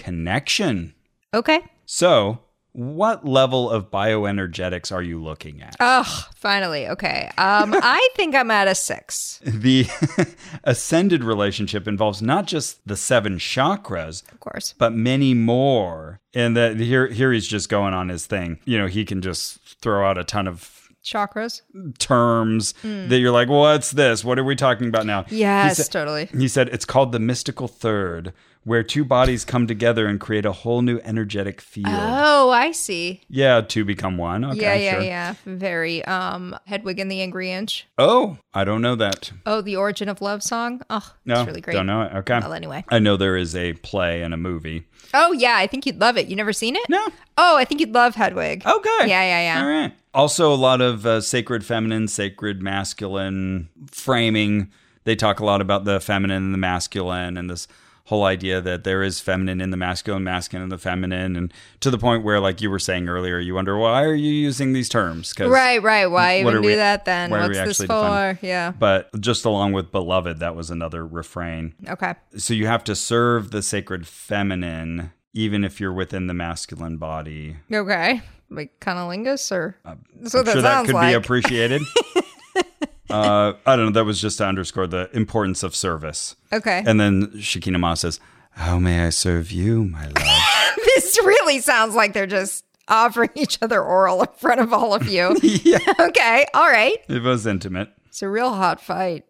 connection. Okay. So, what level of bioenergetics are you looking at? Ugh. Finally. Okay. Um, I think I'm at a six. the ascended relationship involves not just the seven chakras, Of course. but many more. And that here, here he's just going on his thing. You know, he can just throw out a ton of Chakras. terms that you're like, what's this? What are we talking about now? He Yes. sa- totally. He said it's called the mystical third, where two bodies come together and create a whole new energetic field. Oh, I see. Yeah, two become one. Okay, yeah. Yeah. sure. Yeah. Very. Um. Hedwig and the Angry Inch. Oh, I don't know that. Oh, the origin of love song. Oh, No, that's really great. Don't know it. Okay. Well, anyway. I know there is a play and a movie. Oh yeah, I think you'd love it. You never seen it? No. Oh, Oh, I think you'd love Hedwig. Okay. Yeah, yeah, yeah. All right. Also, a lot of uh, sacred feminine, sacred masculine framing. They talk a lot about the feminine and the masculine and this whole idea that there is feminine in the masculine, masculine in the feminine. And to the point where, like you were saying earlier, you wonder, why are you using these terms? 'Cause- Right, right. Why What even are do we- that then? why are What's we this for? actually defining- Yeah. But just along with beloved, that was another refrain. Okay. so you have to serve the sacred feminine even if you're within the masculine body Okay. Like cunnilingus or that's Uh, what i'm that sure that sounds could be like. appreciated uh, i don't know that was just to underscore the importance of service okay. and then shakina ma says how may i serve you my love this really sounds like they're just offering each other oral in front of all of you. yeah okay. All right. it was intimate It's a real hot fight.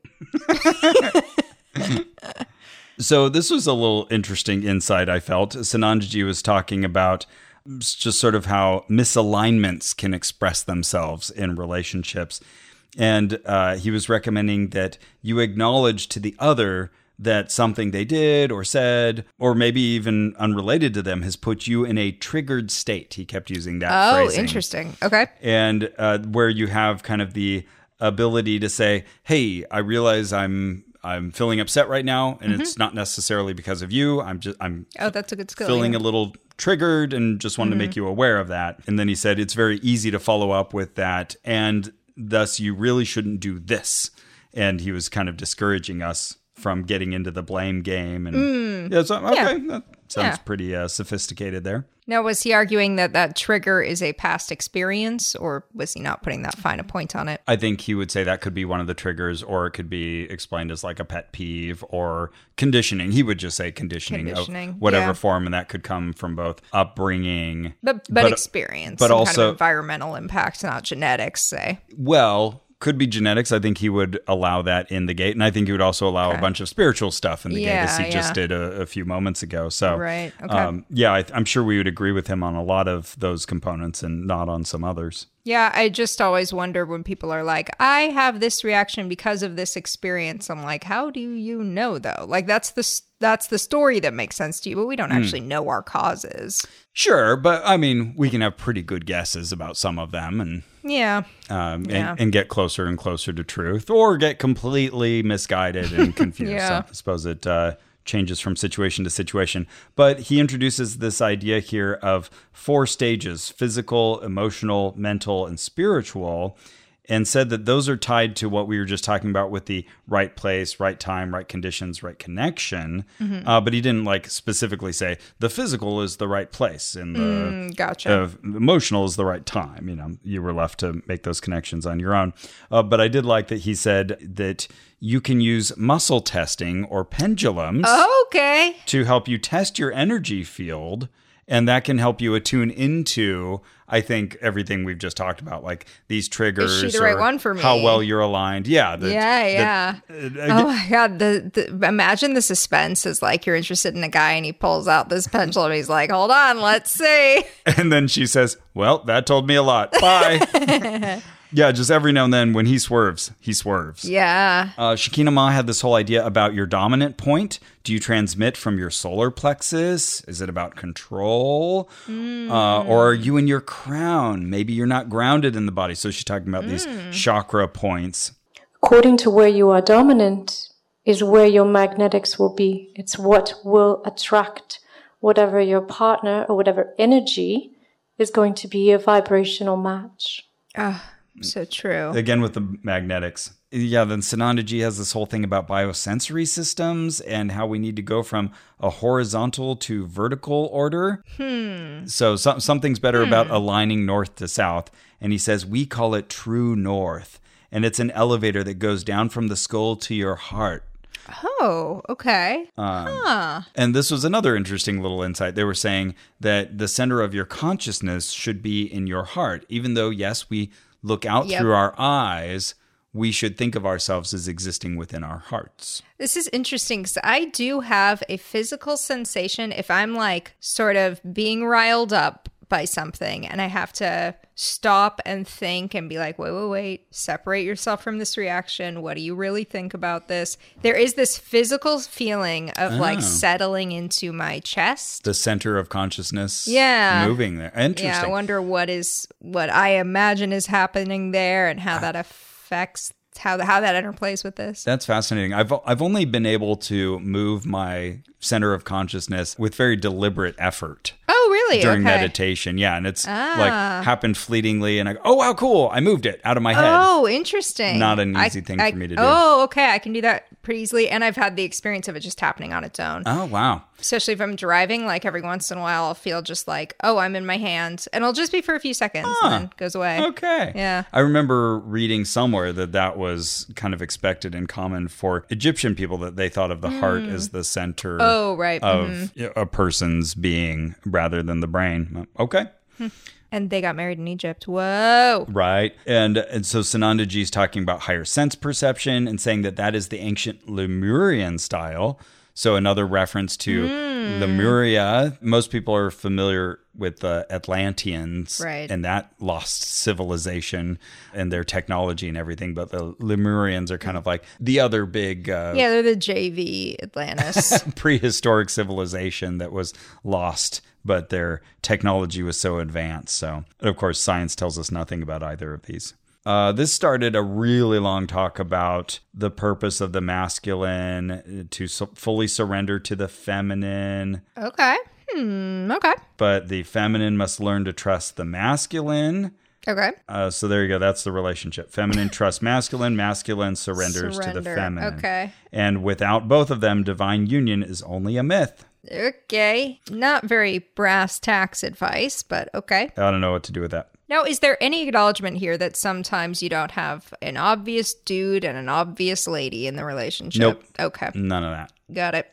So this was a little interesting insight I felt. Sanandaji was talking about s- just sort of how misalignments can express themselves in relationships. And uh, he was recommending that you acknowledge to the other that something they did or said, or maybe even unrelated to them, has put you in a triggered state. He kept using that Oh, phrasing interesting. Okay. and uh, where you have kind of the ability to say, "Hey, I realize I'm I'm feeling upset right now, and it's not necessarily because of you. I'm just I'm Oh, that's a good skill. feeling yeah. a little triggered, and just wanted to make you aware of that." And then he said, "It's very easy to follow up with that, and thus you really shouldn't do this." And he was kind of discouraging us from getting into the blame game, and yeah, so okay, that, Yeah. Sounds pretty uh, sophisticated there. Now, was he arguing that that trigger is a past experience, or was he not putting that fine a point on it? I think he would say that could be one of the triggers, or it could be explained as like a pet peeve or conditioning. He would just say conditioning, Conditioning, of whatever yeah. form, and that could come from both upbringing. But but, But- uh, experience, but some kind also- of environmental impact, not genetics. Say uh, Well, could be genetics. I think he would allow that in the gate, and I think he would also allow a bunch of spiritual stuff in the gate, as he Yeah, just yeah. did a, a few moments ago. So, Right, okay. um, yeah, I, I'm sure we would agree with him on a lot of those components, and not on some others. yeah, I just always wonder when people are like, "I have this reaction because of this experience." I'm like, "How do you know though?" Like that's the s- that's the story that makes sense to you, but we Hmm. don't actually know our causes. Sure, but I mean, we can have pretty good guesses about some of them, and Yeah, um, and, Yeah. and get closer and closer to truth, or get completely misguided and confused. Yeah. So I suppose it uh, changes from situation to situation. But he introduces this idea here of four stages physical, emotional, mental, and spiritual. And said that those are tied to what we were just talking about with the right place, right time, right conditions, right connection. Mm-hmm. Uh, but he didn't like specifically say the physical is the right place and the Mm, gotcha. of emotional is the right time. You know, you were left to make those connections on your own. Uh, but I did like that he said that you can use muscle testing or pendulums Oh. okay. to help you test your energy field. And that can help you attune into, I think, everything we've just talked about, like these triggers. the right or one for me? How well you're aligned. Yeah. that- Yeah, that- uh, yeah. Oh my god! The, the imagine the suspense is like you're interested in a guy and he pulls out this pencil and he's like, "Hold on, let's see." And then she says, Well, that told me a lot. Bye. yeah, just every now and then when he swerves, he swerves. Yeah, Uh, Shakina Ma had this whole idea about your dominant point. Do you transmit from your solar plexus? Is it about control? Uh, or are you in your crown? Maybe you're not grounded in the body. So she's talking about these chakra points. According to where you are dominant is where your magnetics will be. It's what will attract whatever your partner or whatever energy is going to be a vibrational match. so true. Again, with the magnetics. Yeah, then Sanandaji has this whole thing about biosensory systems and how we need to go from a horizontal to vertical order. So, some, something's better about aligning north to south. And he says, We call it true north. And it's an elevator that goes down from the skull to your heart. Oh, okay. And this was another interesting little insight. They were saying that the center of your consciousness should be in your heart. Even though, yes, we look out Yep. through our eyes, we should think of ourselves as existing within our hearts. This is interesting because I do have a physical sensation if I'm like sort of being riled up by something and I have to stop and think and be like, wait, wait, wait, separate yourself from this reaction. What do you really think about this? There is this physical feeling of like settling into my chest. The center of consciousness Yeah. moving there. Yeah, I Interesting. wonder what is what I imagine is happening there and Ah. how that affects how how that interplays with this. That's fascinating. I've I've only been able to move my center of consciousness with very deliberate effort. oh, really? during okay. Ah. meditation. Yeah, and it's like happened fleetingly, and I go, oh wow, cool! I moved it out of my head. Oh, interesting. Not an easy thing for me to do. Oh, okay. I can do that pretty easily. And I've had the experience of it just happening on its own. Oh wow, Especially if I'm driving, like every once in a while, I'll feel just like, oh, I'm in my hands. And it'll just be for a few seconds and then it goes away. okay. Yeah. I remember reading somewhere that that was kind of expected and common for Egyptian people that they thought of the heart as the center. Hmm. Oh, right. Of mhm. a person's being rather than the brain. Okay. And they got married in Egypt. Whoa. Right. And and so Sanandaji is talking about higher sense perception and saying that that is the ancient Lemurian style. So another reference to Lemuria. Most people are familiar with the Atlanteans Right. and that lost civilization and their technology and everything. But the Lemurians are kind of like the other big uh, Yeah, they're the JV Atlantis. prehistoric civilization that was lost, but their technology was so advanced. So, and of course, science tells us nothing about either of these. Uh, this started a really long talk about the purpose of the masculine uh, to su- fully surrender to the feminine, okay. Hmm. Okay. but the feminine must learn to trust the masculine. Okay. Uh, so there you go. That's the relationship. Feminine trusts masculine. Masculine surrenders to the Surrender. feminine. Okay. And without both of them, divine union is only a myth. Okay. Not very brass tax advice, but okay. I don't know what to do with that. Now, is there any acknowledgement here that sometimes you don't have an obvious dude and an obvious lady in the relationship? Nope. Mm. Okay. None of that. Got it.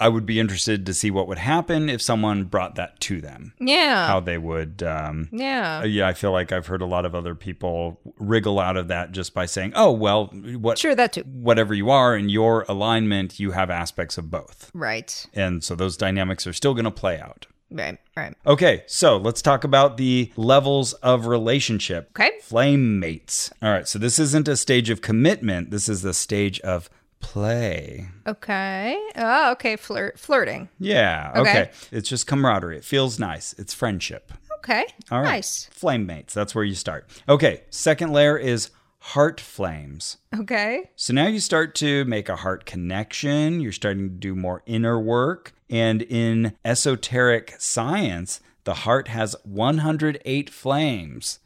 I would be interested to see what would happen if someone brought that to them. Yeah. How they would. Um, yeah. yeah, I feel like I've heard a lot of other people wriggle out of that just by saying, "Oh, well, what Sure, that too. whatever you are in your alignment, you have aspects of both." Right. And so those dynamics are still going to play out. Right. Right. Okay, so let's talk about the levels of relationship. Okay. Flame mates. All right, so this isn't a stage of commitment, this is the stage of play. Okay. Oh, okay. Flirt flirting. Yeah, okay. Okay. It's just camaraderie. It feels nice. It's friendship. Okay. All right. Nice. Flame mates. That's where you start. Okay, second layer is heart flames. Okay. So now you start to make a heart connection. You're starting to do more inner work. And in esoteric science, the heart has 108 flames.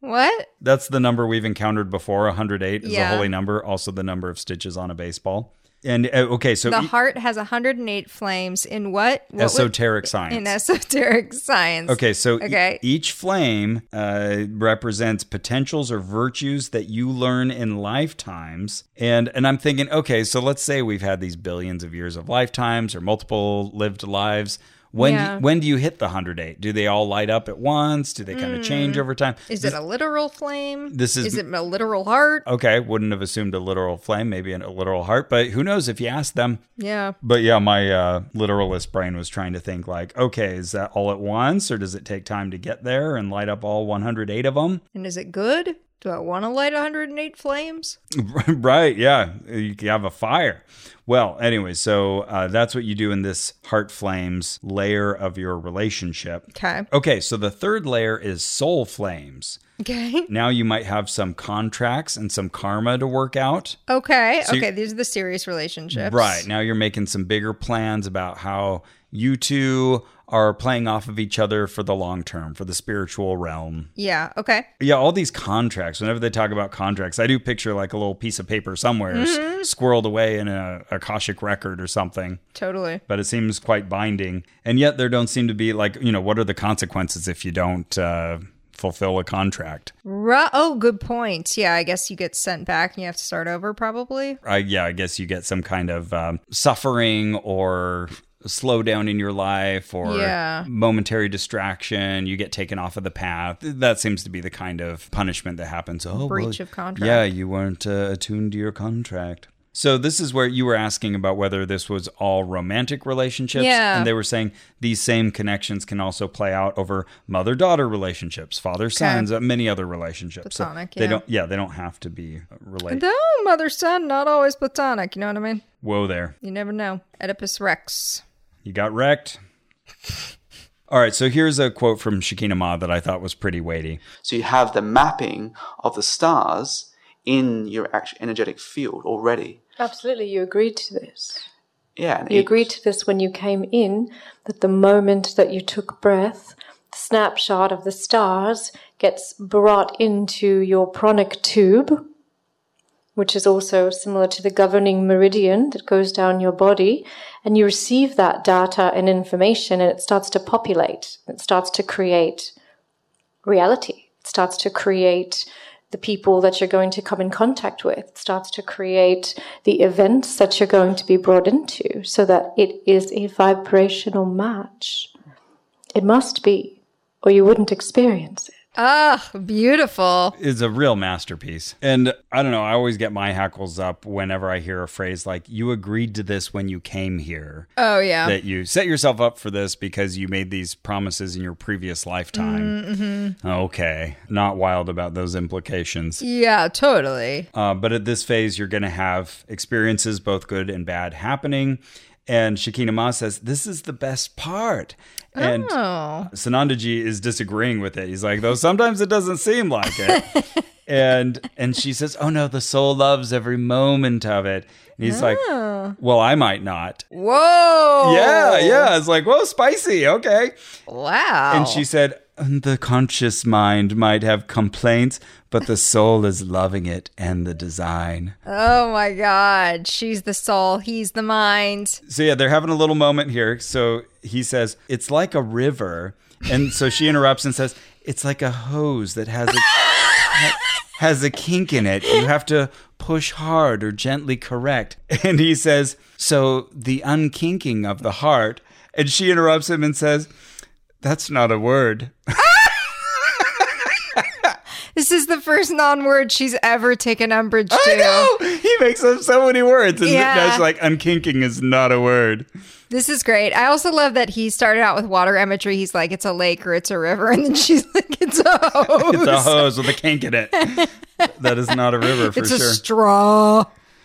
What? That's the number we've encountered before. 108 is Yeah. a holy number, also the number of stitches on a baseball. And uh, okay, so The e- heart has 108 flames in what? what was- esoteric science. in esoteric science. Okay, so e- Okay. each flame uh, represents potentials or virtues that you learn in lifetimes, and and I'm thinking, okay, so let's say we've had these billions of years of lifetimes or multiple lived lives. When Yeah. do, when do you hit the hundred eight? Do they all light up at once? Do they kind of change over time? Mm. Is it a literal flame? this is- Oh. Is it a literal heart? Okay, wouldn't have assumed a literal flame, maybe an- a literal heart, but who knows if you ask them. Yeah. But yeah, my uh, literalist brain was trying to think like, okay, is that all at once, or does it take time to get there and light up all 108 of them? And is it good? Do I want to light 108 flames? right yeah you can have a fire well anyway so uh, that's what you do in this heart flames layer of your relationship Okay. okay so the third layer is soul flames Okay. now you might have some contracts and some karma to work out Okay. you- okay. These are the serious relationships. Right. Now you're making some bigger plans about how you two are playing off of each other for the long term, for the spiritual realm. Yeah. Okay. Yeah, all these contracts, whenever they talk about contracts, I do picture like a little piece of paper somewhere s- squirreled away in a Akashic record or something, Totally. but it seems quite binding. And yet there don't seem to be like, you know, what are the consequences if you don't uh, fulfill a contract? Ru- oh, good point. Yeah. I guess you get sent back and you have to start over, probably. I, yeah, I guess you get some kind of um, suffering or slowdown in your life or Yeah. momentary distraction. You get taken off of the path. That seems to be the kind of punishment that happens. Oh, Breach well, of contract. Yeah, you weren't uh, attuned to your contract. So this is where you were asking about whether this was all romantic relationships, Yeah. and they were saying these same connections can also play out over mother-daughter relationships, father-sons, uh, many other relationships. So Platonic, They yeah. don't, yeah, they don't have to be related. No, mother son, not always platonic. You know what I mean? Whoa, there. You never know. Oedipus Rex. You got wrecked. All right, so here's a quote from Shekinah Ma that I thought was pretty weighty. So you have the mapping of the stars in your act- energetic field already. Absolutely, you agreed to this. Yeah. and You each- agreed to this when you came in that the moment that you took breath, the snapshot of the stars gets brought into your pranic tube, which is also similar to the governing meridian that goes down your body, and you receive that data and information, and it starts to populate, it starts to create reality. It starts to create the people that you're going to come in contact with. It starts to create the events that you're going to be brought into so that it is a vibrational match. It must be, or you wouldn't experience it. Ah, beautiful. It's a real masterpiece. And I don't know, I always get my hackles up whenever I hear a phrase like, you agreed to this when you came here, Oh, yeah. that you set yourself up for this because you made these promises in your previous lifetime. Okay, not wild about those implications. Mm-hmm. yeah, totally. Uh, but at this phase, you're going to have experiences, both good and bad, happening. And Shekinah Ma says, This is the best part. And Oh. Sanandaji is disagreeing with it. He's like, though sometimes it doesn't seem like it. and and she says, Oh no, the soul loves every moment of it. And he's like, Well, I might not. Whoa. Oh. Yeah, yeah. It's like, whoa, spicy, okay. Wow. Oh. And she said, the conscious mind might have complaints, but the soul is loving it and the design. Oh my God. She's the soul. He's the mind. So, yeah, they're having a little moment here. So he says, It's like a river. And so she interrupts and says, It's like a hose that has a. ha- Has a kink in it. You have to push hard or gently correct. And he says, So the unkinking of the heart. And she interrupts him and says, That's not a word. This is the first non word she's ever taken umbrage to. He makes up so many words. And Yeah. now it's like, unkinking is not a word. This is great. I also love that he started out with water imagery. He's like, it's a lake or it's a river. And then she's like, it's a hose. It's a hose with a kink in it. that is not a river for It's sure. a straw.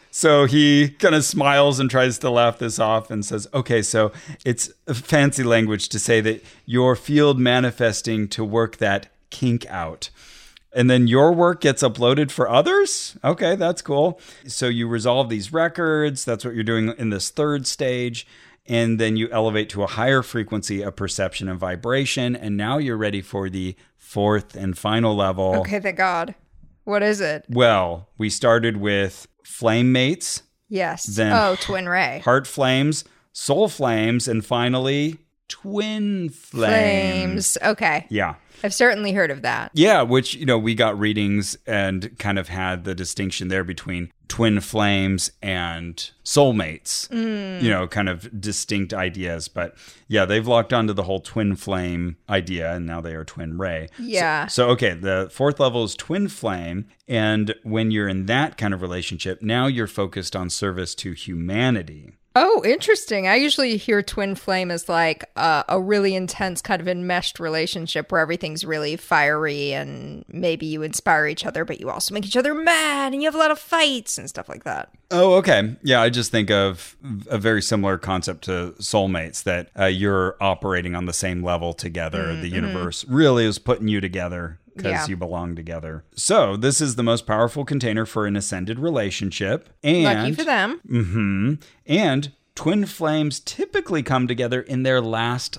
so he kind of smiles and tries to laugh this off and says, okay, so it's a fancy language to say that your field manifesting to work that kink out. And then your work gets uploaded for others. Okay, that's cool. So you resolve these records. That's what you're doing in this third stage. And then you elevate to a higher frequency of perception and vibration. And now you're ready for the fourth and final level. Okay, thank God. What is it? Well, we started with flame mates, Yes. Then- oh, twin ray. heart flames, soul flames, and finally twin Flames. flames. Okay. Yeah. I've certainly heard of that. Yeah, which, you know, we got readings and kind of had the distinction there between twin flames and soulmates, Mm. you know, kind of distinct ideas. But yeah, they've locked onto the whole twin flame idea and now they are twin ray. So- Yeah. So, okay, the fourth level is twin flame. And when you're in that kind of relationship, now you're focused on service to humanity. Oh, interesting. I usually hear twin flame as like uh, a really intense kind of enmeshed relationship where everything's really fiery and maybe you inspire each other, but you also make each other mad and you have a lot of fights and stuff like that. Oh, okay. Yeah, I just think of a very similar concept to soulmates that uh, you're operating on the same level together. The universe really is putting you together Mm, because mm-hmm. Yeah. you belong together. So, this is the most powerful container for an ascended relationship. And Lucky for them. hmm and twin flames typically come together in their last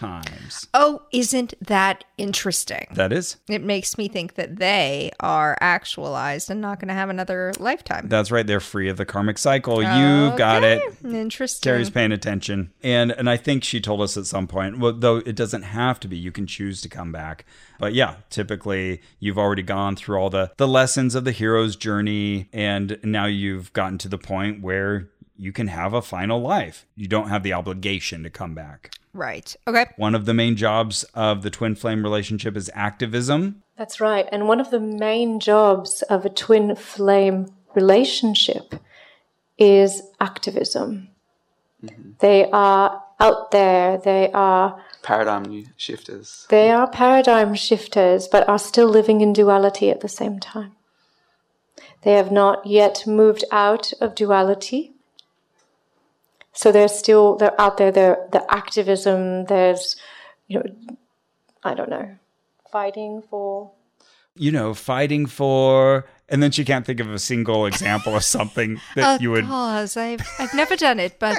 lifetimes. Oh, isn't that interesting? That is It makes me think that they are actualized and not going to have another lifetime. that's right. They're free of the karmic cycle. you got it. Interesting. Carrie's paying attention, and and I think she told us at some point. Well, though it doesn't have to be. You can choose to come back, but yeah, typically you've already gone through all the the lessons of the hero's journey, and now you've gotten to the point where you can have a final life. You don't have the obligation to come back. right. Okay. One of the main jobs of the twin flame relationship is activism. That's right. And one of the main jobs of a twin flame relationship is activism. They are out there, they are Paradigm new shifters. they are paradigm shifters but are still living in duality at the same time. They have not yet moved out of duality. So they're still they're out there, they're the activism, there's you know I don't know. Fighting for You know, fighting for. And then she can't think of a single example of something that you would Cause I've I've never done it, but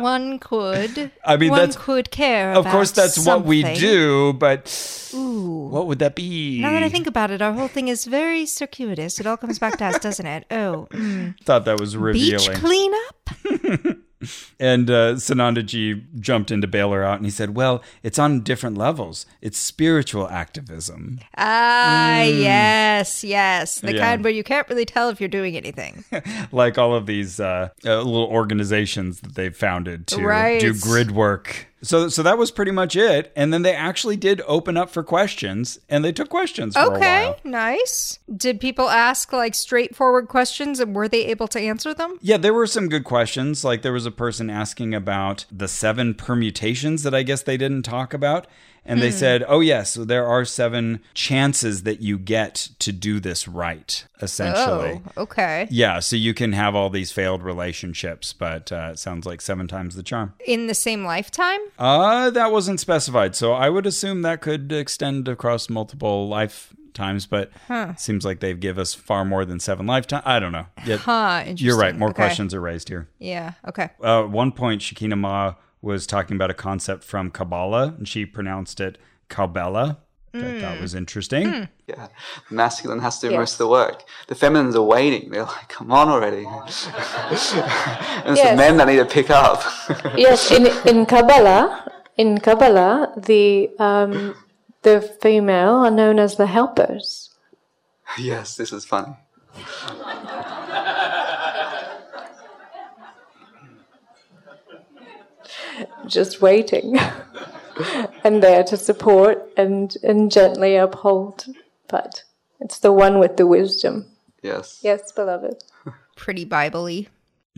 one could. I mean, one that's- could care. Of course, about that's what we something. do, but what would that be? Now that I think about it, our whole thing is very circuitous. It all comes back to us, doesn't it? Oh, mm. thought that was beach revealing. cleanup. and uh, Sanandaji jumped in to bail her out, and he said, "Well, it's on different levels. It's spiritual activism." Ah, yes, yes, the Mm. Yeah. kind where you can't really tell if you're doing anything. like all of these uh, uh, little organizations that they've founded to Right. do grid work. So, so that was pretty much it. And then they actually did open up for questions, and they took questions for a Okay, while. nice. Did people ask like straightforward questions, and were they able to answer them? Yeah, there were some good questions. Like there was a person asking about the seven permutations that I guess they didn't talk about. And Hmm. they said, oh, yes, so there are seven chances that you get to do this right, essentially. Oh, okay. Yeah, so you can have all these failed relationships, but uh, it sounds like seven times the charm. In the same lifetime? Uh, that wasn't specified. So I would assume that could extend across multiple lifetimes, but it seems like they've give us far more than seven lifetimes. I don't know. Yeah, Huh. Interesting. You're right. More Okay. questions are raised here. Yeah. Okay. uh, at one point, Shekinah Ma was talking about a concept from Kabbalah, and she pronounced it Kabbala, which I thought was interesting. Yeah. The masculine has to do most of the work. The feminines are waiting. They're like, come on already. and it's the Yes. men that need to pick up. yes, in in Kabbalah, in Kabbalah, the um, the female are known as the helpers. yes, this is funny. just waiting and there to support and, and gently uphold. But it's the one with the wisdom. Yes. Yes, beloved. Pretty Bible-y.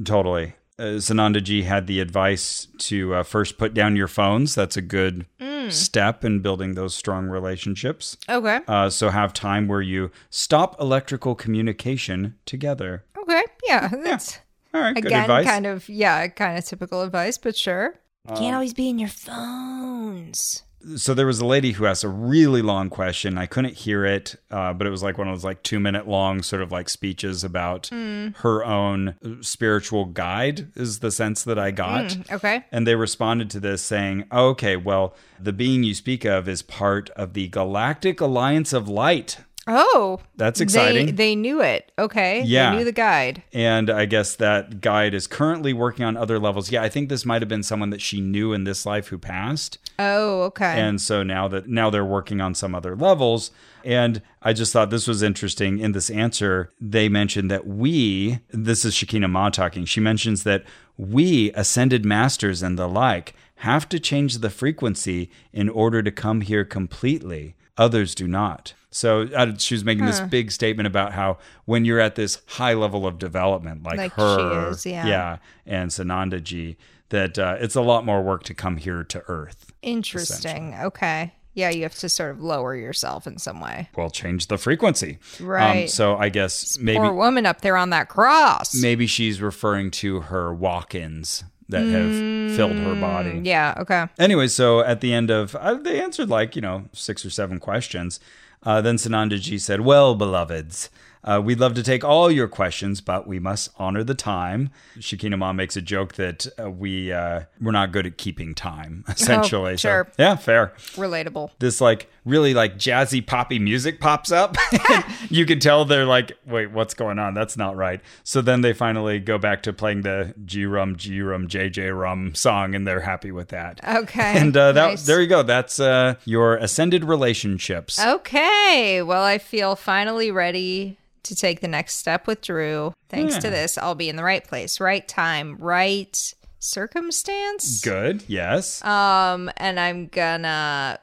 Totally. Uh, Sananda Ji had the advice to uh, first put down your phones. That's a good step in building those strong relationships. Okay. Uh, so have time where you stop electrical communication together. Okay. Yeah. That's All right, good again advice. kind of yeah, kind of typical advice, but sure. Uh, Can't always be in your phones. so there was a lady who asked a really long question. I couldn't hear it, uh, but it was like one of those like two minute long sort of like speeches about Mm. her own uh, spiritual guide. Is the sense that I got. Mm. Mm-hmm, Okay. And they responded to this saying, okay, well, the being you speak of is part of the Galactic Alliance of Light. Oh, That's they- They, exciting. knew it. Okay. Yeah. They knew the guide. And I guess that guide is currently working on other levels. Yeah, I think this might have been someone that she knew in this life who passed. Oh, okay. And so now that now they're working on some other levels. And I just thought this was interesting. In this answer, they mentioned that we, this is Shakina Ma talking, she mentions that we, ascended masters and the like, have to change the frequency in order to come here completely. Others do not. So uh, she was making this big statement about how when you're at this high level of development, like, Like she her, is, yeah. yeah, and Sananda Ji, that uh, it's a lot more work to come here to Earth. Interesting. Okay. Yeah, you have to sort of lower yourself in some way. well change the frequency Um, Right. so i guess maybe Poor woman up there on that cross. maybe she's referring to her walk-ins that have filled her body Mm, Yeah, okay. anyway so at the end of uh, they answered like you know six or seven questions uh, then sanandaji said well beloveds uh, we'd love to take all your questions but we must honor the time shikina ma makes a joke that uh, we uh, we're not good at keeping time essentially So, Oh, sure. yeah fair Relatable. this like really like jazzy poppy music pops up and you can tell they're like wait what's going on that's not right so then they finally go back to playing the g rum g rum jj rum song and they're happy with that Okay. and uh, that, nice. there you go that's uh, your ascended relationships Oh. Okay. Well, I feel finally ready to take the next step with Drew. Thanks to this, I'll be in the right place, right time, right circumstance. good yes Um, and I'm gonna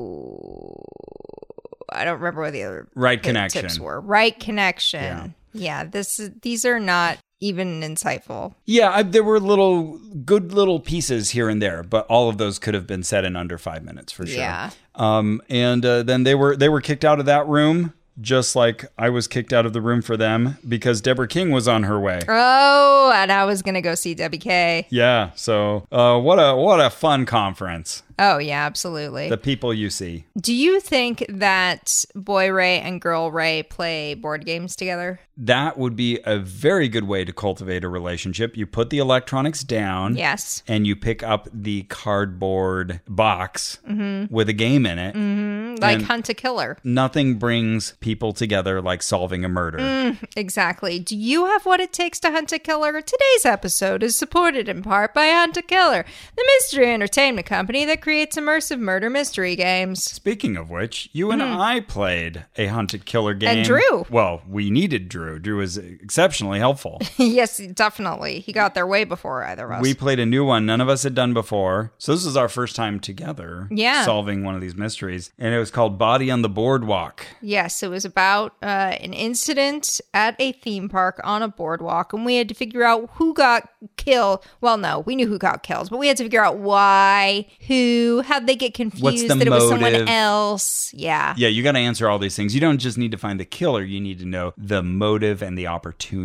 ooh, I don't remember what the other right tip- connection tips were. Right connection. Yeah. this is these are not even insightful. yeah I, there were little good little pieces here and there but all of those could have been said in under five minutes for sure Yeah. Um, and uh, then they were they were kicked out of that room, just like I was kicked out of the room for them because Deborah King was on her way. Oh, and I was gonna go see Debbie K. Yeah. So uh, what a what a fun conference. Oh yeah, absolutely. The people you see. Do you think that boy Ray and girl Ray play board games together? That would be a very good way to cultivate a relationship. You put the electronics down. Yes. And you pick up the cardboard box with a game in it. Like hunt a killer. Nothing brings people together like solving a murder. Exactly. Do you have what it takes to hunt a killer? Today's episode is supported in part by Hunt a Killer, the mystery entertainment company that creates immersive murder mystery games. Speaking of which, you and I played a hunted killer Mm-hmm. game. Drew. Well, we needed Drew. Drew was exceptionally helpful. yes, definitely. He got there way before either of us. we played a new one none of us had done before. So this is our first time together Yeah. solving one of these mysteries. And it was called Body on the Boardwalk. Yes, it was about uh, an incident at a theme park on a boardwalk, and we had to figure out who got killed. Well, no, we knew who got killed, but we had to figure out why, who, how'd they get confused the that it was someone motive? else. Yeah. Yeah, you got to answer all these things. You don't just need to find the killer, you need to know the motive and the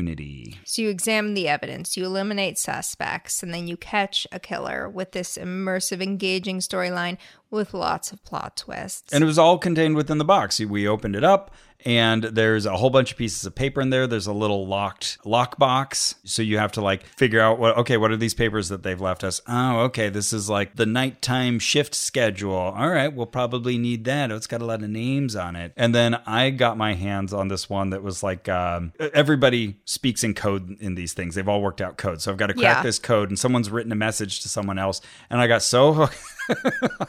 opportunity. So you examine the evidence, you eliminate suspects, and then you catch a killer with this immersive, engaging storyline with lots of plot twists. And it was all contained within the box. We opened it up and there's a whole bunch of pieces of paper in there. There's a little locked lock box. So you have to like figure out what okay, what are these papers that they've left us? Oh, okay. This is like the nighttime shift schedule. All right, we'll probably need that. Oh, it's got a lot of names on it. And then I got my hands on this one that was like um, everybody speaks in code in these things. They've all worked out code. So I've got to crack Yeah. this code and someone's written a message to someone else. And I got so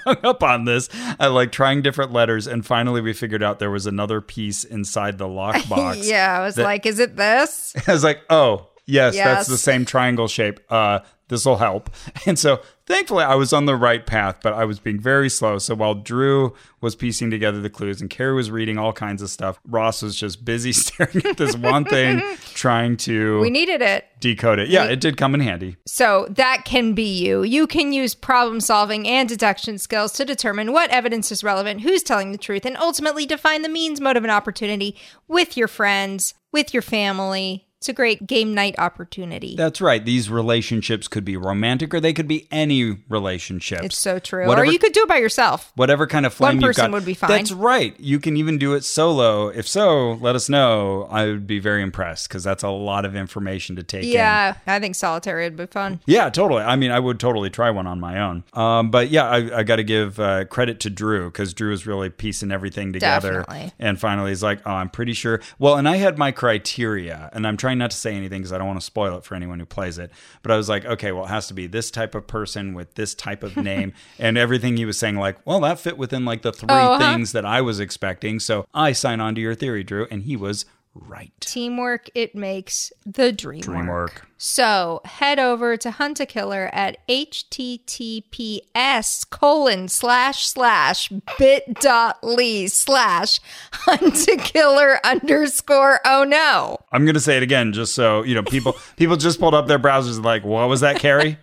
hung up on this. I like trying different letters, and finally we figured out there was another piece inside the lockbox. yeah, I was that- like, is it this? I was like, oh yes, Yes. that's the same triangle shape. Uh, this will help. And so thankfully I was on the right path, but I was being very slow. So while Drew was piecing together the clues and Carrie was reading all kinds of stuff, Ross was just busy staring at this one thing, trying to We needed it. decode it. Yeah, it did come in handy. So that can be you. You can use problem solving and deduction skills to determine what evidence is relevant, who's telling the truth, and ultimately define the means, motive, and opportunity with your friends, with your family. It's a great game night opportunity. That's right. These relationships could be romantic or they could be any relationships. it's so true. Whatever, or you could do it by yourself. whatever kind of flame one you've person got. would be fine. That's right. You can even do it solo. If so, let us know. I would be very impressed because that's a lot of information to take in. Yeah, I think solitary would be fun. Yeah, totally. I mean, I would totally try one on my own. Um, but yeah, I, I got to give uh, credit to Drew because Drew is really piecing everything together. Definitely. And finally, he's like, oh, I'm pretty sure. Well, and I had my criteria, and I'm trying not to say anything because I don't want to spoil it for anyone who plays it. But I was like, okay, well, it has to be this type of person with this type of name. and everything he was saying, like, well, that fit within like the three Oh, uh-huh. things that I was expecting. So I sign on to your theory, Drew. And he was right. Teamwork, it makes the dream, Dream work. work. So head over to Hunt a Killer at https colon slash slash bit.ly slash hunt a killer underscore oh no. I'm gonna say it again, just so you know, people people just pulled up their browsers and like, what was that, Carrie?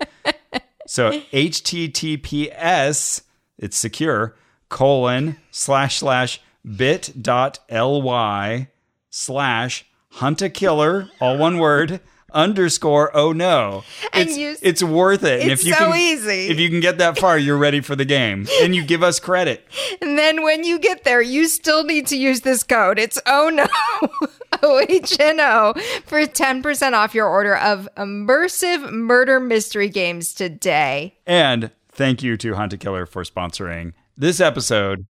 so HTTPS, it's secure colon slash slash bit dot ly slash hunt a killer, all one word underscore oh no. And It's, you- it's worth it. and it's if you so can, easy. If you can get that far, you're ready for the game, and you give us credit. And then when you get there, you still need to use this code. It's oh no, O H N O, for 10% off your order of immersive murder mystery games today. And thank you to Hunt a Killer for sponsoring this episode.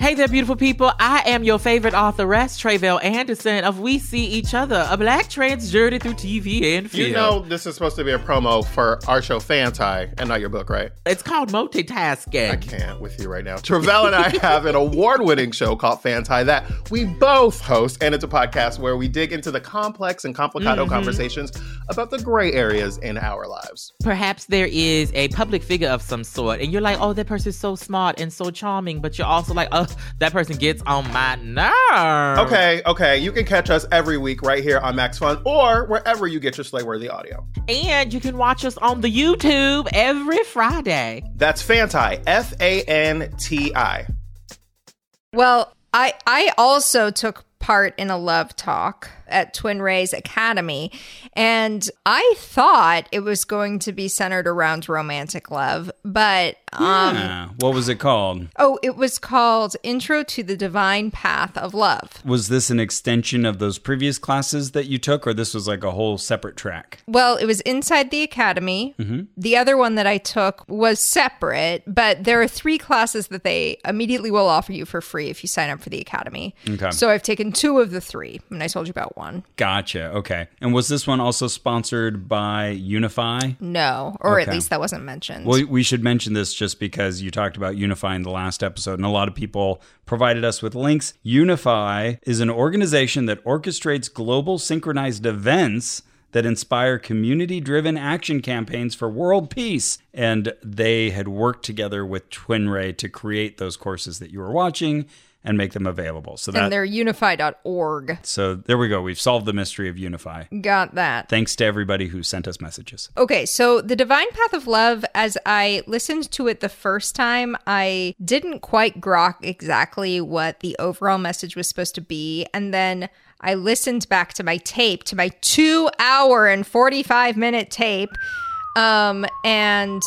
Hey there, beautiful people. I am your favorite authoress, Travelle Anderson of We See Each Other, a black trans journey through TV and film. You know this is supposed to be a promo for our show Fanti and not your book, right? it's called multitasking. I can't with you right now. Travell and I have an award-winning show called Fanti that we both host, and it's a podcast where we dig into the complex and complicado conversations about the gray areas in our lives. Perhaps there is a public figure of some sort, and you're like, oh, that person's so smart and so charming, but you're also like, oh, that person gets on my nerve. Okay, okay, you can catch us every week right here on Max Fun or wherever you get your Slayworthy audio. And you can watch us on the YouTube every Friday. That's Fanti, F-A-N-T-I. Well, I I also took part in a love talk at Twin Rays Academy and I thought it was going to be centered around romantic love, but um Yeah. Uh, What was it called? oh, it was called Intro to the Divine Path of Love. was this an extension of those previous classes that you took or this was like a whole separate track Well, it was inside the academy. The other one that I took was separate, but there are three classes that they immediately will offer you for free if you sign up for the academy. Okay. So I've taken two of the three, and I told you about one. gotcha okay and was this one also sponsored by unify No, or Okay. at least that wasn't mentioned. well we should mention this just because you talked about unify in the last episode and a lot of people provided us with links unify is an organization that orchestrates global synchronized events that inspire community driven action campaigns for world peace. And they had worked together with Twin Ray to create those courses that you were watching and make them available. So that, and they're unify.org. So there we go. We've solved the mystery of Unify. Got that. Thanks to everybody who sent us messages. Okay, so The Divine Path of Love, as I listened to it the first time, I didn't quite grok exactly what the overall message was supposed to be. And then I listened back to my tape, to my two hour and 45 minute tape. Um, and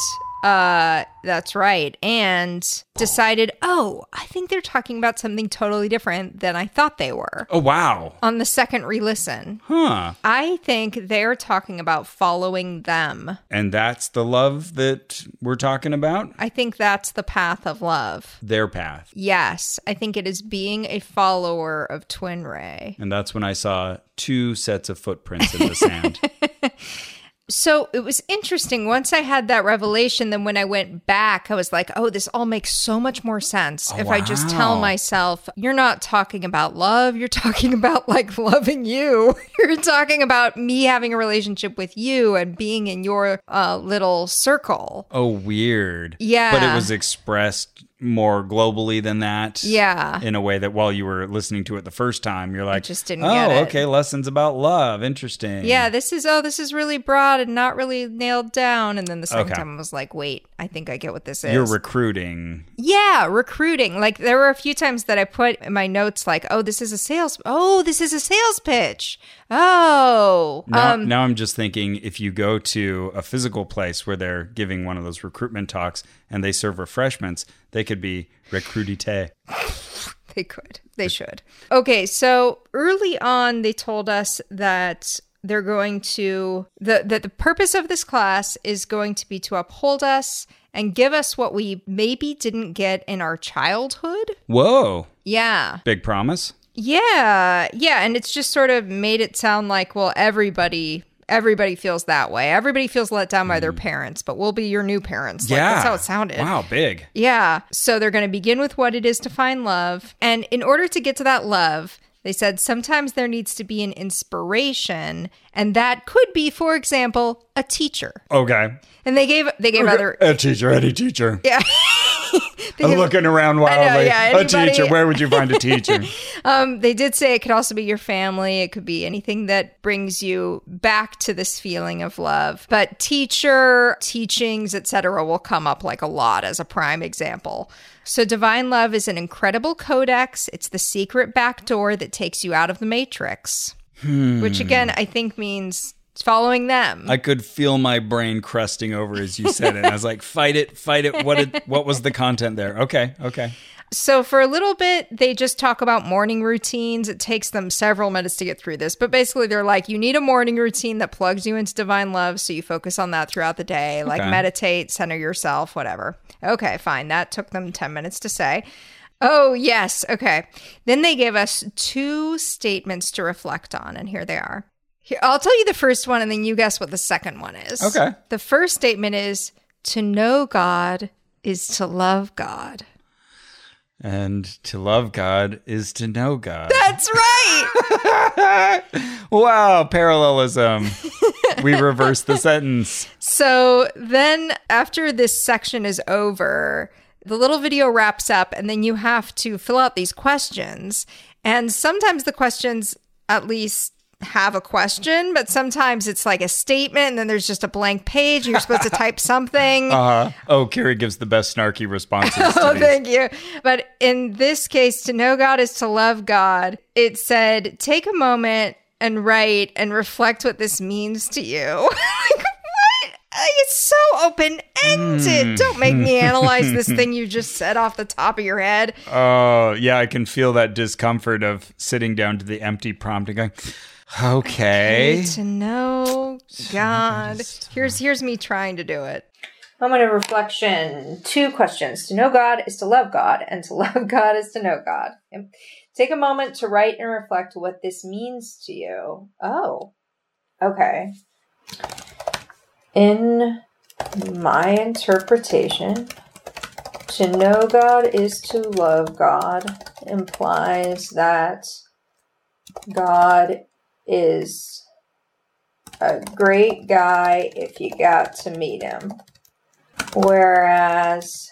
Uh, that's right. And decided, oh, I think they're talking about something totally different than I thought they were Oh wow. on the second re listen. Huh. I think they're talking about following them. And that's the love that we're talking about? I think that's the path of love. Their path. Yes, I think it is being a follower of Twin Ray. And that's when I saw two sets of footprints in the sand. So it was interesting. Once I had that revelation, then when I went back, I was like, oh, this all makes so much more sense if I just tell wow. myself, you're not talking about love. You're talking about like loving you. You're talking about me having a relationship with you and being in your uh, little circle. oh, weird. Yeah. But it was expressed more globally than that. Yeah. In a way that while you were listening to it the first time, you're like, just didn't oh, get it." okay, lessons about love. Interesting. Yeah, this is oh, this is really broad and not really nailed down. And then the second Okay. time I was like, wait, I think I get what this is. You're recruiting. yeah, recruiting. Like there were a few times that I put in my notes like, oh, this is a sales. Oh, this is a sales pitch. Oh, Now, now I'm just thinking if you go to a physical place where they're giving one of those recruitment talks and they serve refreshments, they could be recrudite. They could. They should. Okay, so early on they told us that they're going to the that the purpose of this class is going to be to uphold us and give us what we maybe didn't get in our childhood. Whoa. Yeah. Big promise. Yeah. Yeah, and it's just sort of made it sound like well everybody everybody feels that way. Everybody feels let down by their parents, but we'll be your new parents. Like, Mm. yeah. that's how it sounded. Wow, big. Yeah. So they're going to begin with what it is to find love. And in order to get to that love, they said sometimes there needs to be an inspiration, and that could be, for example, a teacher. Okay. And they gave they gave other A teacher, any teacher. yeah. They I'm gave- looking around wildly. yeah, a anybody- teacher. Where would you find a teacher? Um, they did say it could also be your family. It could be anything that brings you back to this feeling of love. But teacher, teachings, etc., will come up like a lot as a prime example. So, divine love is an incredible codex. It's the secret back door that takes you out of the matrix, which again, I think means following them. I could feel my brain crusting over as you said it. I was like, fight it, fight it. What did, what was the content there? Okay, okay. So for a little bit, they just talk about morning routines. It takes them several minutes to get through this, but basically they're like, you need a morning routine that plugs you into divine love, so you focus on that throughout the day, like Okay. meditate, center yourself, whatever. Okay, fine. That took them 10 minutes to say. Oh, yes. Okay. Then they gave us two statements to reflect on, and here they are. Here, I'll tell you the first one, and then you guess what the second one is. Okay. The first statement is to know God is to love God. And to love God is to know God. That's right. wow, parallelism. we reversed the sentence. so then, after this section is over, the little video wraps up, and then you have to fill out these questions. And sometimes the questions at least have a question, but sometimes it's like a statement, and then there's just a blank page, and you're supposed to type something. Uh-huh. Oh, Carrie gives the best snarky responses. To Oh, these. thank you. But in this case, to know God is to love God. It said, take a moment and write and reflect what this means to you. like, what? Like, it's so open ended. Don't make me analyze this thing you just said off the top of your head. Oh, yeah, I can feel that discomfort of sitting down to the empty prompt and going, okay. To know God. Here's here's me trying to do it. Moment of reflection. Two questions. To know God is to love God, and to love God is to know God. Yep. Take a moment to write and reflect what this means to you. Oh, okay. In my interpretation, to know God is to love God implies that God is a great guy if you got to meet him. Whereas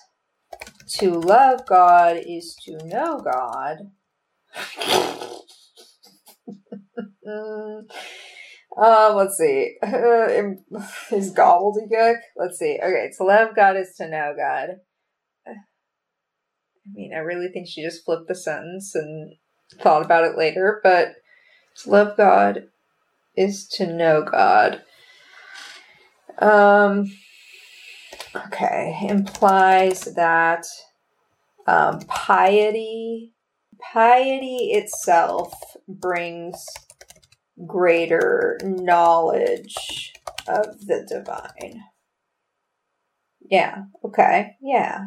to love God is to know God. um, let's see. is gobbledygook? Let's see. Okay, to love God is to know God. I mean, I really think she just flipped the sentence and thought about it later, but to love God is to know God. Um, okay, implies that um, piety piety itself brings greater knowledge of the divine. Yeah. Okay. Yeah.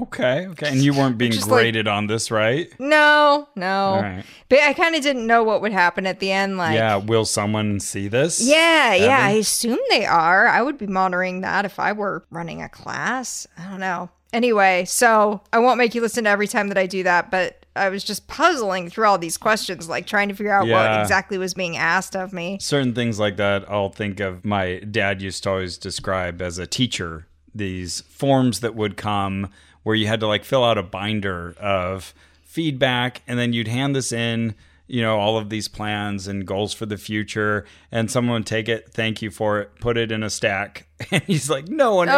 Okay, okay. And you weren't being Just like- Oh graded on this, right? No, no. All right. But I kind of didn't know what would happen at the end. Like, yeah. Will someone see this? yeah, yeah. I Evan? assume they are. I would be monitoring that if I were running a class. I don't know. Anyway, so I won't make you listen to every time that I do that, but I was just puzzling through all these questions, like trying to figure out Yeah. what exactly was being asked of me. certain things like that i'll think of my dad used to always describe as a teacher these forms that would come where you had to like fill out a binder of feedback and then you'd hand this in you know all of these plans and goals for the future and someone would take it thank you for it put it in a stack and he's like no one ever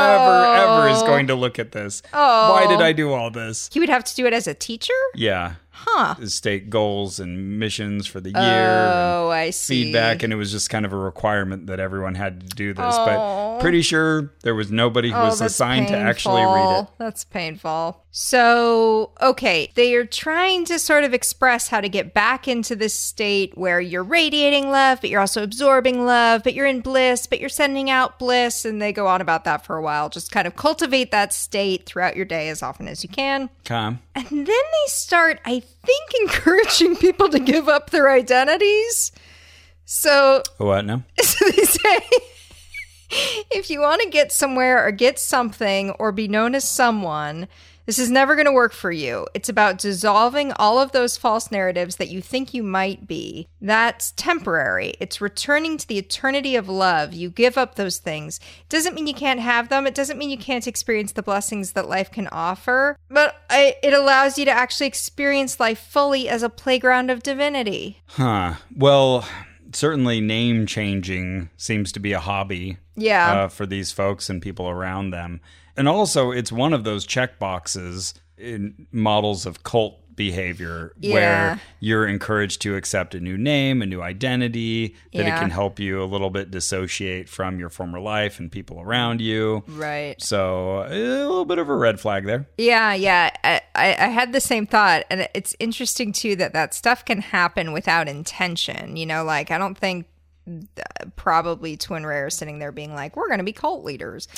ever is going to look at this why did i do all this You would have to do it as a teacher? yeah Huh. state goals and missions for the year and- Oh, I see. feedback and it was just kind of a requirement that everyone had to do this Oh. but pretty sure there was nobody who was that's assigned to actually read it painful. That's painful. So, okay, they are trying to sort of express how to get back into this state where you're radiating love, but you're also absorbing love, but you're in bliss, but you're sending out bliss. And they go on about that for a while. Just kind of cultivate that state throughout your day as often as you can. com And then they start, I think, encouraging people to give up their identities. So what no so they say if you want to get somewhere or get something or be known as someone, this is never going to work for you. It's about dissolving all of those false narratives that you think you might be. That's temporary. It's returning to the eternity of love. You give up those things. Doesn't mean you can't have them. It doesn't mean you can't experience the blessings that life can offer, but I, it allows you to actually experience life fully as a playground of divinity. huh well certainly name changing seems to be a hobby Yeah. uh, for these folks and people around them and also it's one of those check boxes in models of cult behavior Yeah. where you're encouraged to accept a new name a new identity that it Yeah. can help you a little bit dissociate from your former life and people around you Right. So a little bit of a red flag there. Yeah, yeah. I, I I had the same thought. And it's interesting, too, that that stuff can happen without intention. You know, like, I don't think uh, probably Twin Rare is sitting there being like, we're going to be cult leaders.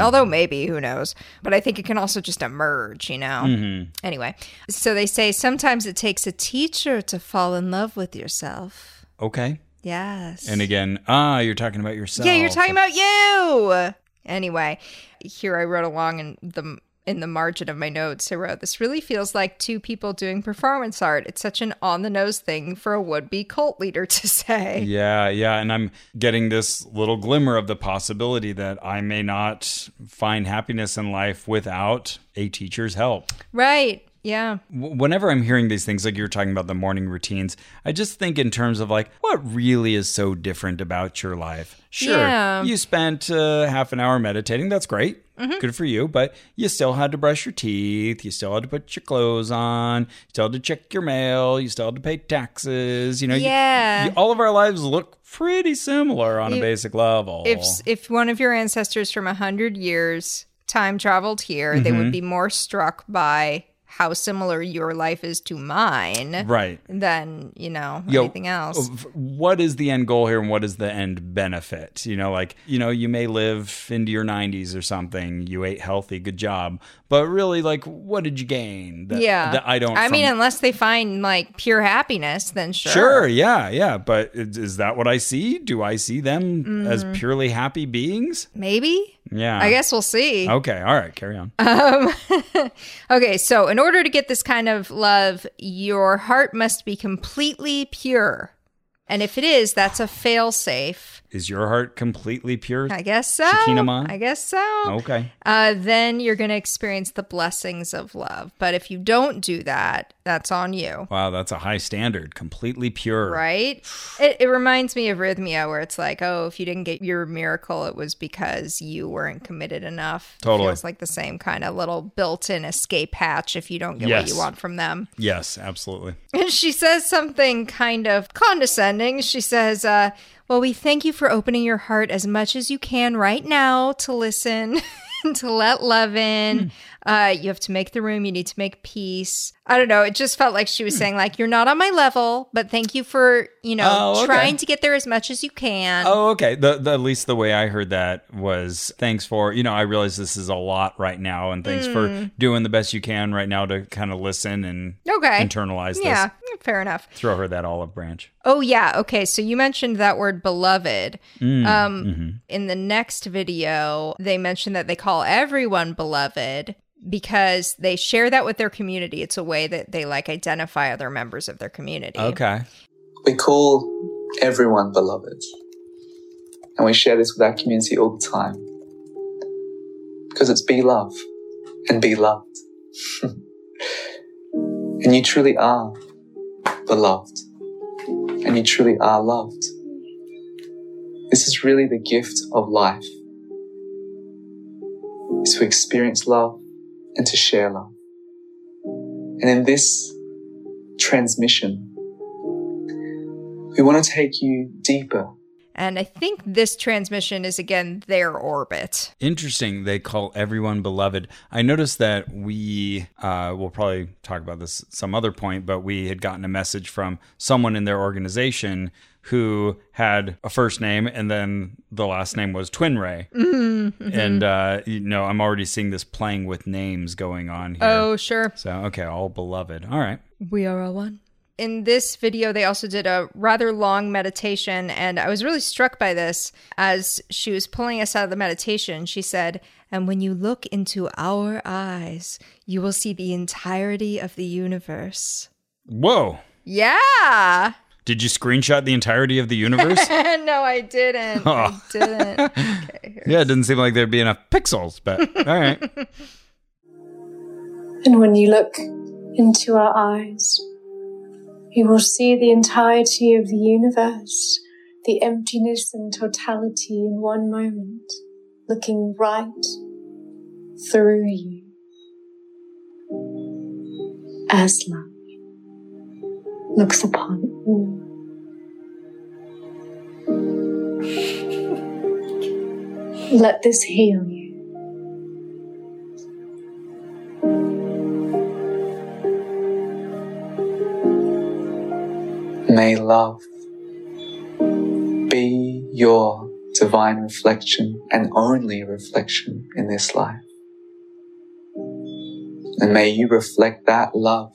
Although maybe, who knows? But I think it can also just emerge, you know? Anyway, so they say sometimes it takes a teacher to fall in love with yourself. Okay. Yes. And again, ah, you're talking about yourself. Yeah, you're talking about you. Anyway, here I wrote along in the in the margin of my notes. I wrote, "This really feels like two people doing performance art. It's such an on the nose thing for a would be cult leader to say." Yeah, yeah. And I'm getting this little glimmer of the possibility that I may not find happiness in life without a teacher's help. Right? Yeah. W- Whenever I'm hearing these things, like you were talking about the morning routines, I just think in terms of like, what really is so different about your life? Sure, Yeah. Mm-hmm. you spent uh, half an hour meditating. That's great. Good for you. But you still had to brush your teeth. You still had to put your clothes on. You still had to check your mail. You still had to pay taxes. You know, you- Yeah. you- all of our lives look pretty similar on a If- basic level. If if one of your ancestors from a hundred years time traveled here, they Mm-hmm. would be more struck by how similar your life is to mine right. than you know Yo, oh, anything else. of what is the end goal here and what is the end benefit you know like you know you may live into your 90s or something you ate healthy good job but really like what did you gain that, yeah. that i don't I mean, from- unless they find like pure happiness, then sure. sure yeah yeah but is is that what i see do i see them as purely happy beings Maybe. yeah Mm. I guess Uh-huh. we'll see. okay all right carry on Okay, so in order to get this kind of love, your heart must be completely pure. And if it is, that's a fail safe. is your heart completely pure I guess so. Shakinama? I guess so. okay Uh, then you're going to experience the blessings of love. But if you don't do that, that's on you. wow that's a high standard completely pure Right? It, it reminds me of Rhythmia, where it's like, oh, if you didn't get your miracle, it was because you weren't committed enough. Totally. It feels like the same kind of little built in escape hatch if you don't get what Yes. you want from them. yes absolutely And she says something kind of condescending. She says, uh, well, we thank you for opening your heart as much as you can right now to listen. to let love in. Hmm. Uh, you have to make the room. You need to make peace. I don't know. It just felt like she Hmm. was saying, like, you're not on my level, but thank you for, you know, Oh, okay. trying to get there as much as you can. Oh, okay. The, the at least the way I heard that was thanks for you know I realize this is a lot right now, and thanks Hmm. for doing the best you can right now to kind of listen and okay. internalize yeah, this. fair enough. Throw her that olive branch. Oh yeah, okay. So you mentioned that word beloved. um Mm-hmm. in the next video, they mentioned that they call everyone beloved because they share that with their community. It's a way that they like identify other members of their community. Okay. We call everyone beloved. And we share this with our community all the time. Because it's be love and be loved. and you truly are beloved. And you truly are loved. This is really the gift of life. Is to experience love and to share love. And in this transmission, we want to take you deeper. And I think this transmission is again their orbit. Interesting. They call everyone beloved. I noticed that we uh, will probably talk about this at some other point, but we had gotten a message from someone in their organization who had a first name and then the last name was Twin Ray. And uh, you know, I'm already seeing this playing with names going on here. Oh, sure. So okay, all beloved. All right. We are all one. In this video, they also did a rather long meditation, and I was really struck by this as she was pulling us out of the meditation. She said, And when you look into our eyes, you will see the entirety of the universe. Whoa. Yeah. Did you screenshot the entirety of the universe? no, I didn't. I didn't. Okay. here. yeah, it didn't seem like there'd be enough pixels, but all right. And when you look into our eyes, you will see the entirety of the universe, the emptiness and totality in one moment, looking right through you as love looks upon all. Let this heal you. May love be your divine reflection and only reflection in this life. And may you reflect that love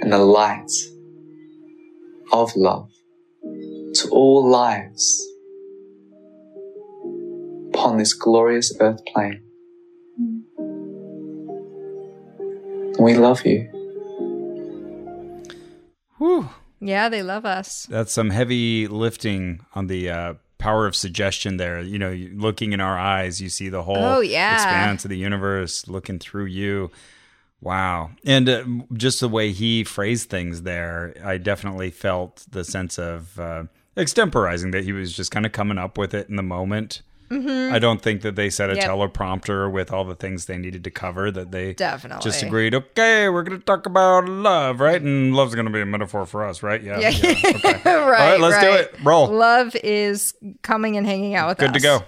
and the light of love to all lives upon this glorious earth plane. We love you. Whew. Yeah, they love us. That's some heavy lifting on the uh, power of suggestion there. You know, you- looking in our eyes, you see the whole Oh, yeah. expanse of the universe looking through you. Wow. And uh, just the way he phrased things there, I definitely felt the sense of uh, extemporizing that he was just kind of coming up with it in the moment. I don't think that they set a Mm-hmm. Yep. teleprompter with all the things they needed to cover that they Definitely. just agreed, okay, we're going to talk about love, right? And love's going to be a metaphor for us, right? Yeah. Yeah. okay. right. All right, let's right. do it. Roll. Love is coming and hanging out with Good us. to go.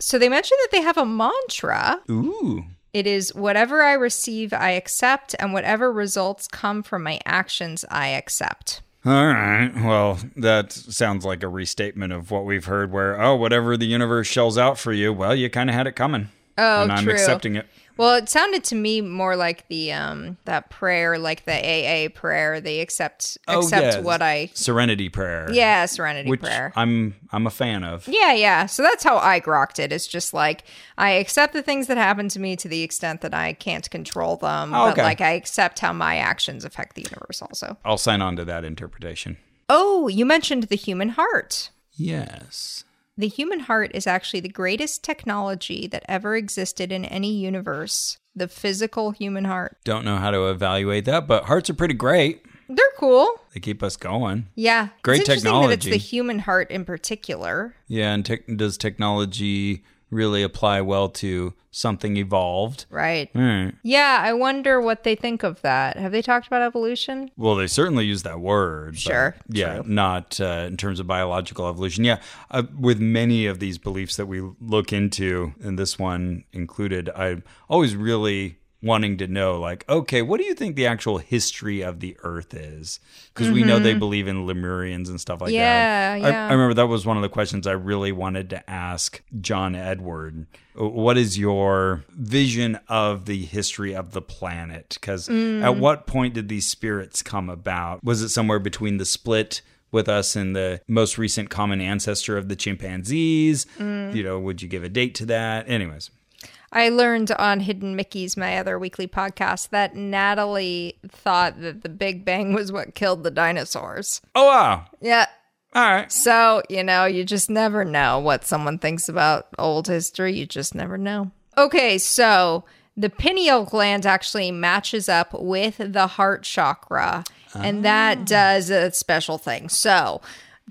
So they mentioned that they have a mantra. Ooh. It is whatever I receive, I accept, and whatever results come from my actions, I accept. All right. Well, that sounds like a restatement of what we've heard where, oh, whatever the universe shells out for you, well, you kind of had it coming. Oh, and I'm true. accepting it. Well, it sounded to me more like the um that prayer, like the AA prayer. They accept accept yeah. what I Serenity prayer. yeah serenity Oh, Which prayer. I'm I'm a fan of. yeah, yeah. So that's how I grokked it. It's just like I accept the things that happen to me to the extent that I can't control them, Oh, but okay. like I accept how my actions affect the universe. Also, I'll sign on to that interpretation. oh, you mentioned the human heart. Yes. The human heart is actually the greatest technology that ever existed in any universe. The physical human heart. Don't know how to evaluate that, but hearts are pretty great. They're cool. They keep us going. Yeah. Great it's interesting That it's technology. the human heart in particular. Yeah, and tech does technology really apply well to something evolved. Right. Hmm. Yeah, I wonder what they think of that. Have they talked about evolution? Well, they certainly use that word. but Sure. Yeah, not uh, in terms of biological evolution. Yeah, uh, with many of these beliefs that we look into, and this one included, I'm always really wanting to know, like, okay, what do you think the actual history of the Earth is? Because we know they believe in Lemurians and stuff like Yeah, that. yeah. I, I remember that was one of the questions I really wanted to ask John Edward. What is your vision of the history of the planet? Because Mm. at what point did these spirits come about? Was it somewhere between the split? With us and the most recent common ancestor of the chimpanzees. Mm. You know, would you give a date to that? Anyways, I learned on Hidden Mickey's, my other weekly podcast, that Natalie thought that the Big Bang was what killed the dinosaurs. oh wow, Yeah. all right. So, you know, you just never know what someone thinks about old history. You just never know. Okay, so the pineal gland actually matches up with the heart chakra, and Ah. that does a special thing. So,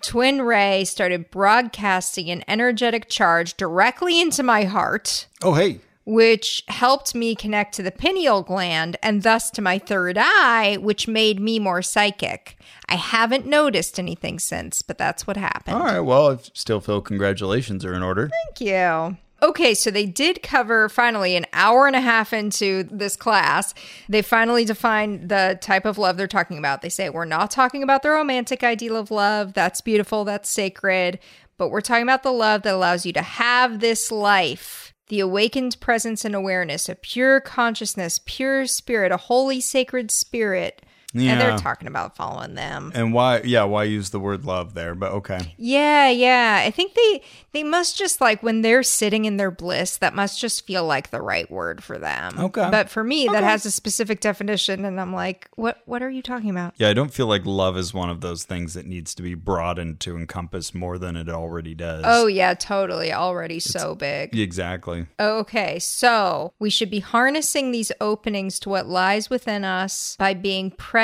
Twin Ray started broadcasting an energetic charge directly into my heart Oh hey, which helped me connect to the pineal gland and thus to my third eye, which made me more psychic. I haven't noticed anything since, but that's what happened. All right. Well, I still feel congratulations are in order. Thank you. Okay, so they did cover finally an hour and a half into this class. They finally define the type of love they're talking about. They say, We're not talking about the romantic ideal of love. That's beautiful, that's sacred. But we're talking about the love that allows you to have this life the awakened presence and awareness, a pure consciousness, pure spirit, a holy, sacred spirit. And Yeah. they're talking about following them. And why? Yeah, why use the word love there? But okay. Yeah, yeah. I think they they must just like when they're sitting in their bliss, that must just feel like the right word for them. Okay. But for me, that has a specific definition, and I'm like, what What are you talking about? Yeah, I don't feel like love is one of those things that needs to be broadened to encompass more than it already does. Oh yeah, totally. Already so big. exactly. Okay, so we should be harnessing these openings to what lies within us by being present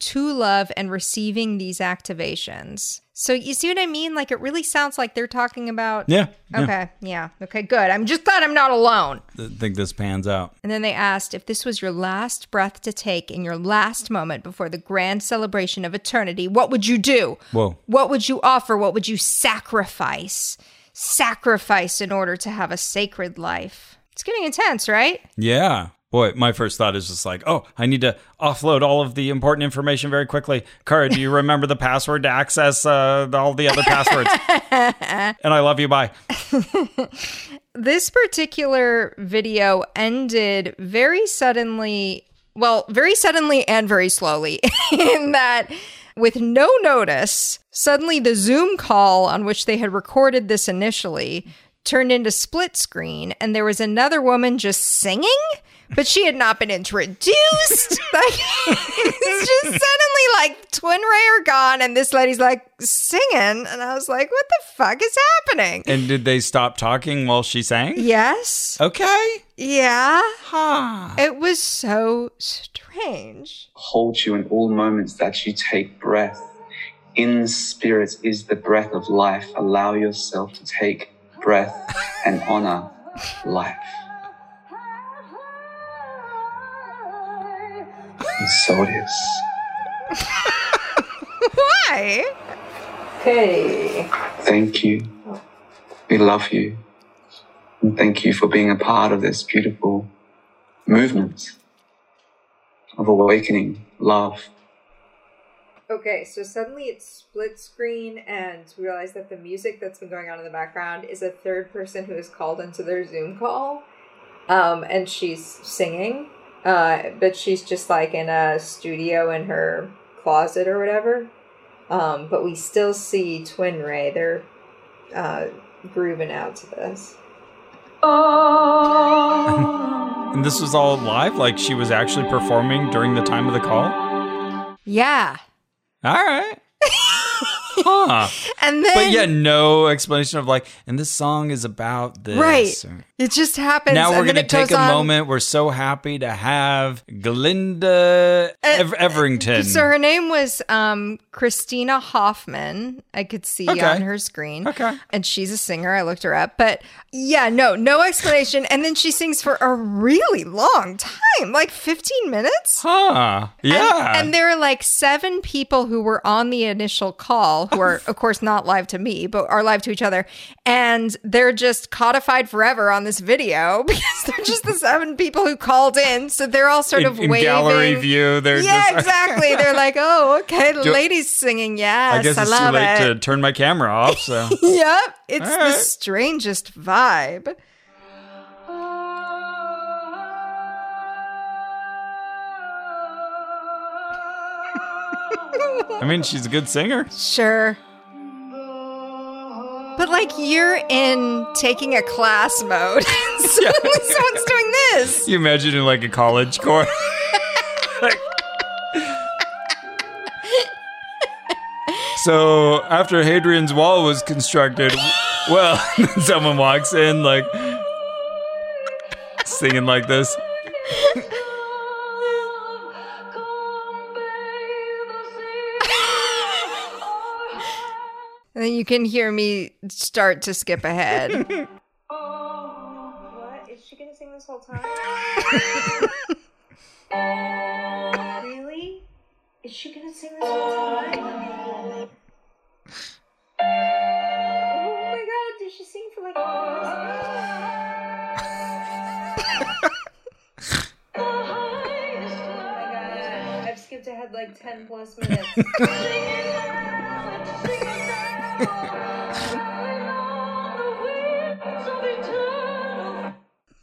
to love and receiving these activations. So you see what I mean? Like it really sounds like they're talking about. Yeah. yeah. Okay. Yeah. Okay. Good. I'm just glad I'm not alone. I think this pans out. And then they asked if this was your last breath to take in your last moment before the grand celebration of eternity, what would you do? Whoa. What would you offer? What would you sacrifice? Sacrifice in order to have a sacred life. It's getting intense, right? Yeah. Boy, my first thought is just like, oh, I need to offload all of the important information very quickly. Kara, do you remember the password to access uh, all the other passwords? and I love you. Bye. This particular video ended very suddenly, well, very suddenly and very slowly, in that, with no notice, suddenly the Zoom call on which they had recorded this initially turned into split screen, and there was another woman just singing. But she had not been introduced. like, it's just suddenly like Twin Ray are gone, and this lady's like singing. And I was like, what the fuck is happening? And did they stop talking while she sang? Yes. Okay. Yeah. Huh. It was so strange. Hold you in all moments that you take breath. In spirit is the breath of life. Allow yourself to take breath and honor life. And so it is. Why? Okay. Thank you. We love you. And thank you for being a part of this beautiful movement of awakening love. Okay, so suddenly it's split screen, and we realize that the music that's been going on in the background is a third person who is called into their Zoom call, um, and she's singing, uh, but she's just like in a studio in her closet or whatever. Um, but we still see Twin Ray; they're uh, grooving out to this. And this was all live? Like she was actually performing during the time of the call? Yeah. All right. huh. and then But yeah, no explanation of like, and this song is about this. right, or- it just happens. Now and we're then gonna it take goes a on. moment. We're so happy to have Glinda Uh, Ev- Everington. So her name was um, Christina Hoffman. I could see Okay. on her screen. Okay. And she's a singer. I looked her up. But yeah, no, no explanation. and then she sings for a really long time, like 15 minutes. Huh. And- Yeah. And, there are like seven people who were on the initial call, who are, of course, not live to me, but are live to each other. And they're just codified forever on this video because they're just the seven people who called in. So they're all sort in, of in waving. gallery view, they're yeah, just, exactly. They're like, oh, okay, the Do- lady's singing. Yes, I I, guess it's too love late it. to turn my camera off. So Yep, it's All the right. strangest vibe. I mean, she's a good singer. Sure. But like you're in taking a class mode. Suddenly someone's doing this. You imagine in like a college course. so after Hadrian's Wall was constructed, well, someone walks in like singing like this. And then you can hear me start to skip ahead. What? Is she gonna sing this whole time? really? Is she gonna sing this whole time? oh Oh my god, did she sing for like Oh my god, I've skipped ahead like 10 plus minutes.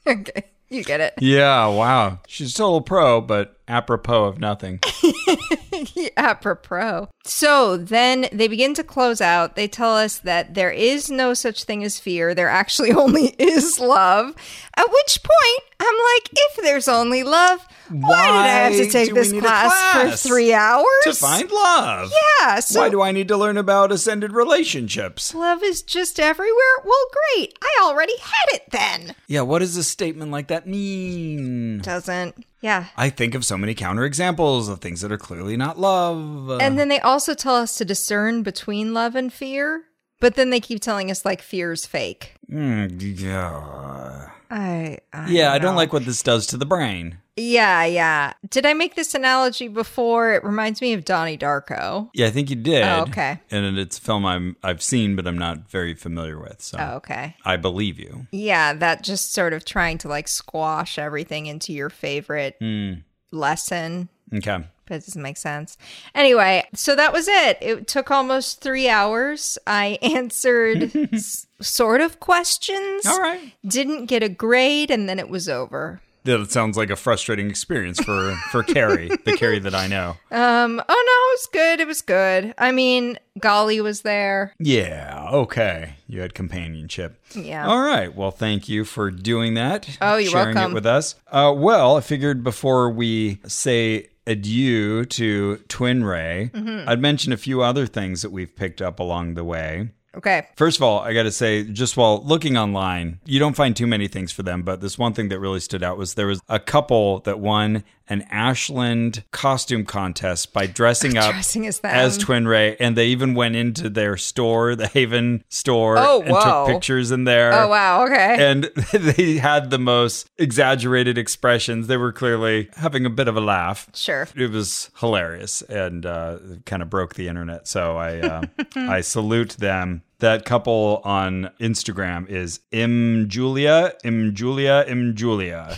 okay, you get it. Yeah, wow. She's still a pro, but apropos of nothing. Yeah, apropos. So then they begin to close out. They tell us that there is no such thing as fear. There actually only is love. At which point, I'm like, if there's only love, why, did I have Why to take do we this need a class, class? for three hours? to find love. Yeah. So Why do I need to learn about ascended relationships? love is just everywhere? Well, great. I already had it then. Yeah, what does a statement like that mean? Doesn't. Yeah. I think of so many counterexamples of things that are clearly not love. And then they also tell us to discern between love and fear, but then they keep telling us like fear's fake. Mm, yeah. I, I Yeah, I don't know. like what this does to the brain. Yeah, yeah. Did I make this analogy before? It reminds me of Donnie Darko. Yeah, I think you did. Oh, okay. And it's a film I'm I've seen, but I'm not very familiar with. So Oh, okay. I believe you. Yeah, that just sort of trying to like squash everything into your favorite Mm, lesson. okay. But it doesn't make sense. Anyway, so that was it. It took almost three hours. I answered s- sort of questions. All right. Didn't get a grade, and then it was over. That sounds like a frustrating experience for for Carrie, the Carrie that I know. Um. Oh no, it was good. It was good. I mean, Golly was there. Yeah, okay. You had companionship. Yeah. All right. Well, thank you for doing that. Oh, you're sharing welcome. it with us. Uh, well, I figured before we say adieu to Twin Ray, Mm-hmm. I'd mention a few other things that we've picked up along the way. Okay. First of all, I got to say, just while looking online, you don't find too many things for them, but this one thing that really stood out was there was a couple that won an Ashland costume contest by dressing up Dressing as them. as Twin Ray, and they even went into their store, the Haven store, Oh, and whoa. took pictures in there. Oh wow. Okay. And they had the most exaggerated expressions. They were clearly having a bit of a laugh. Sure. It was hilarious and uh, kind of broke the internet. So I uh, I salute them. That couple on Instagram is M Julia, M Julia, M Julia.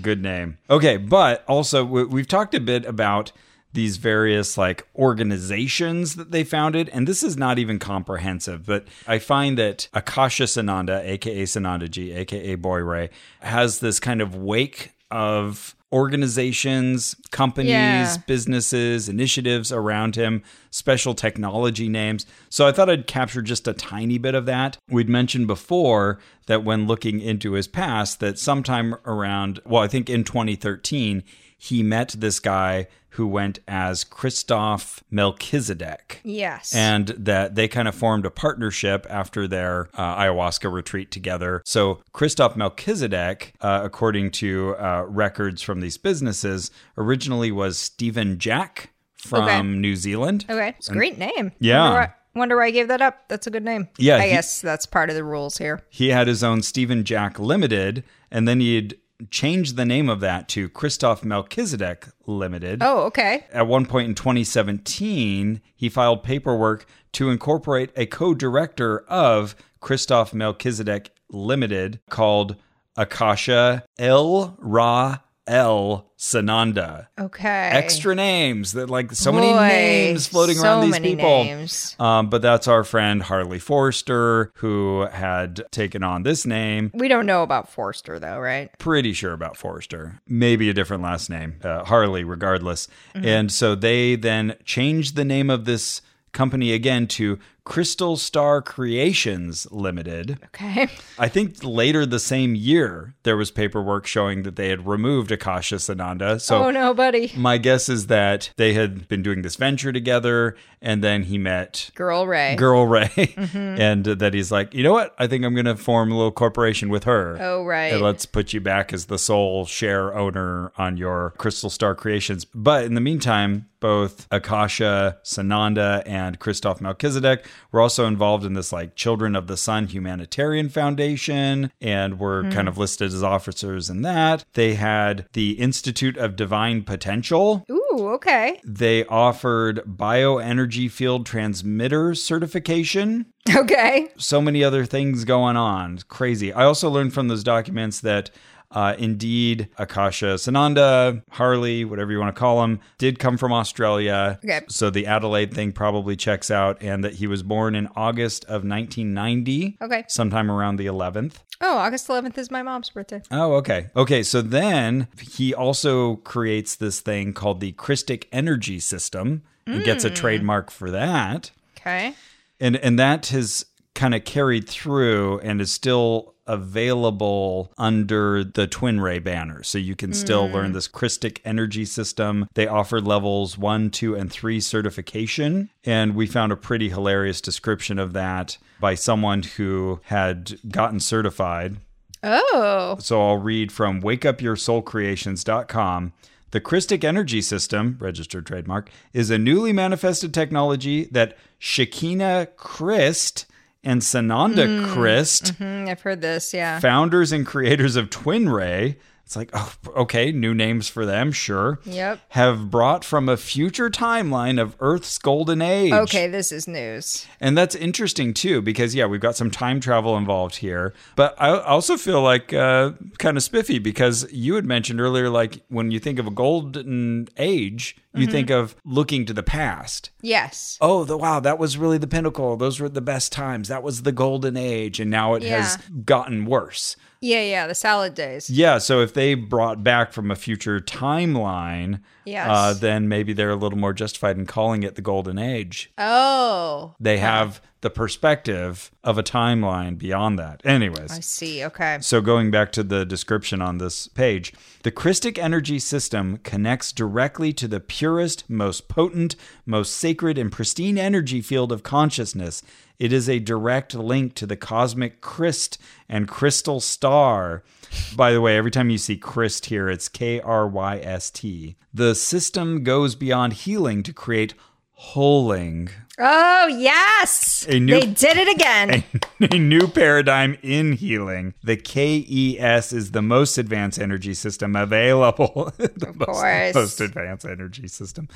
Good name. Okay, but also we- we've talked a bit about these various like organizations that they founded and this is not even comprehensive but i find that akasha sananda aka sanandaji aka boy ray has this kind of wake of organizations companies Yeah. businesses initiatives around him special technology names so i thought i'd capture just a tiny bit of that we'd mentioned before that when looking into his past that sometime around well i think in 2013 he met this guy who went as Christoph Melchizedek. Yes. And that they kind of formed a partnership after their uh, ayahuasca retreat together. So, Christoph Melchizedek, uh, according to uh, records from these businesses, originally was Stephen Jack from Okay. New Zealand. okay. It's a great name. Yeah. Wonder why, wonder why I gave that up. That's a good name. Yeah, I he- guess that's part of the rules here. He had his own Stephen Jack Limited, and then he'd changed the name of that to Christoph Melchizedek Limited. Oh, okay. At one point in 2017, he filed paperwork to incorporate a co director of Christoph Melchizedek Limited called Akasha El Ra El Sananda. Okay. Extra names that, like, so many Boy, names floating so around these many people. names. Um, but that's our friend Harley Forster, who had taken on this name. We don't know about Forster though, right? Pretty sure about Forster, maybe a different last name, uh, Harley, regardless. Mm-hmm. And so they then changed the name of this company again to Crystal Star Creations Limited. Okay. I think later the same year, there was paperwork showing that they had removed Akasha Sananda. So Mm. oh no, buddy. my guess is that they had been doing this venture together, and then he met Girl Ray. girl Ray, Mm-hmm. and that he's like, you know what? I think I'm going to form a little corporation with her. Oh, right. And let's put you back as the sole share owner on your Crystal Star Creations. But in the meantime, both Akasha, Sananda, and Christoph Melchizedek were also involved in this like Children of the Sun Humanitarian Foundation and were kind of listed as officers in that. They had the Institute of Divine Potential, Ooh, okay. they offered bioenergy field transmitter certification. Okay. So many other things going on. It's crazy. I also learned from those documents that uh, indeed Akasha Sananda, Harley, whatever you want to call him, did come from Australia. Okay. So the Adelaide thing probably checks out, and that he was born in August of 1990. Okay. Sometime around the 11th. Oh, August 11th is my mom's birthday. Oh, okay. Okay. So then he also creates this thing called the Christic Energy System and gets a Hmm. trademark for that. Okay. And and that has kind of carried through and is still available under the Twin Ray banner. So you can still learn this Christic energy system. They offer levels 1, 2 and 3 certification and we found a pretty hilarious description of that by someone who had gotten certified Oh. so I'll read from wakeupyoursoulcreations.com. The Christic Energy System, registered trademark, is a newly manifested technology that Shekinah Christ and Sananda Hmm, Christ, Mm, I've heard this, yeah. founders and creators of Twin Ray, it's like, oh, okay, new names for them, sure. Yep. Have brought from a future timeline of Earth's golden age. Okay, this is news. And that's interesting too, because yeah, we've got some time travel involved here. But I also feel like uh, kind of spiffy because you had mentioned earlier, like when you think of a golden age, you think of looking to the past. Yes. Oh, the wow, that was really the pinnacle. Those were the best times. That was the golden age, and now it has gotten worse. Yeah, yeah, the salad days. Yeah, so if they brought back from a future timeline, Yes. uh, then maybe they're a little more justified in calling it the golden age Oh, they have the perspective of a timeline beyond that. I Anyways, see. Okay. so going back to the description on this page, the Christic energy system connects directly to the purest, most potent, most sacred, and pristine energy field of consciousness. It is a direct link to the cosmic Christ and crystal star. By the way, every time you see Christ here, it's K R Y S T. The system goes beyond healing to create holing. Oh, yes. A new- they did it again. a new paradigm in healing. The KES is the most advanced energy system available. the of course. Most, advanced energy system.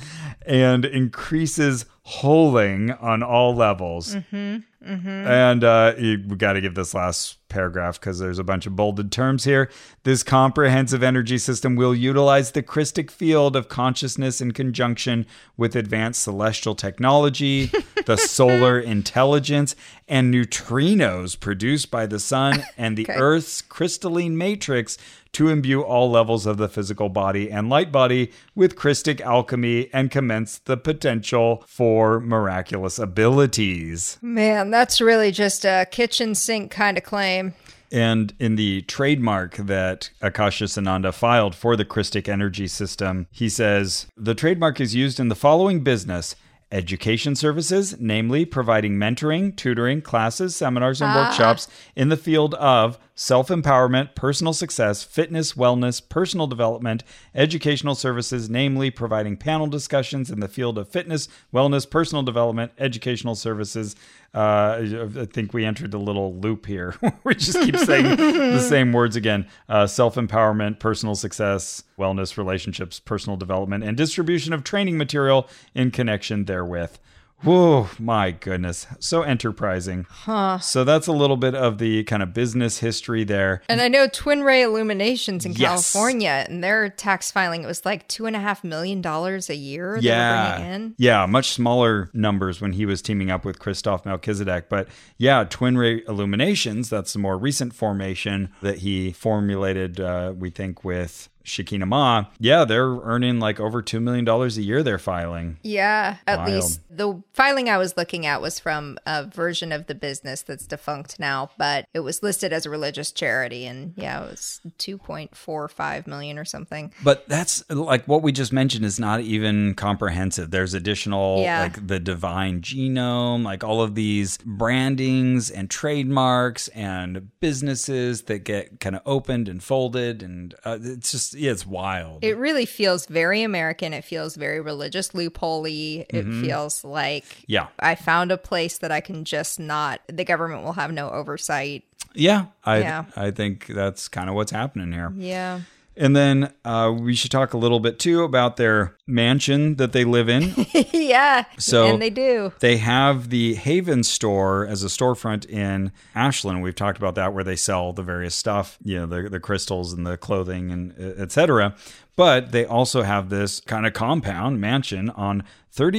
And increases holing on all levels. Mm-hmm. And uh, you, we got to give this last paragraph because there's a bunch of bolded terms here. This comprehensive energy system will utilize the Christic field of consciousness in conjunction with advanced celestial technology, the solar intelligence, and neutrinos produced by the sun and the Earth's crystalline matrix to imbue all levels of the physical body and light body with Christic alchemy and commence the potential for miraculous abilities. Man, that's really just a kitchen sink kind of claim. And in the trademark that Akasha Sananda filed for the Christic Energy System, he says the trademark is used in the following business education services, namely providing mentoring, tutoring, classes, seminars, and workshops in the field of self empowerment, personal success, fitness, wellness, personal development, educational services, namely providing panel discussions in the field of fitness, wellness, personal development, educational services. Uh, I think we entered the little loop here. we just keep saying the same words again uh, self empowerment, personal success, wellness, relationships, personal development, and distribution of training material in connection therewith. Whoa, my goodness. So enterprising. Huh. So that's a little bit of the kind of business history there. And I know Twin Ray Illuminations in Yes. California and their tax filing, it was like two and a half million dollars a year they were bringing in. Yeah, much smaller numbers when he was teaming up with Christoph Melchizedek. But yeah, Twin Ray Illuminations, that's the more recent formation that he formulated, uh, we think, with Shekinah Ma. Yeah, they're earning like over $2 million a year they're filing. Yeah, at Wild. least the filing I was looking at was from a version of the business that's defunct now, but it was listed as a religious charity, and yeah, it was two point four five million or something. But that's like what we just mentioned is not even comprehensive. There's additional, Yeah. like the divine genome, like all of these brandings and trademarks and businesses that get kind of opened and folded. And uh, it's just, yeah, it's wild. It really feels very American. It feels very religious loopholey. It Mm-hmm. feels like yeah. I found a place that I can just not. The government will have no oversight. Yeah. I, Yeah. I think that's kind of what's happening here. Yeah. And then uh, we should talk a little bit too about their mansion that they live in yeah. So- and they do. They have the Haven store as a storefront in Ashland. We've talked about that where they sell the various stuff, you know, the, the crystals and the clothing and etc. But they also have this kind of compound mansion on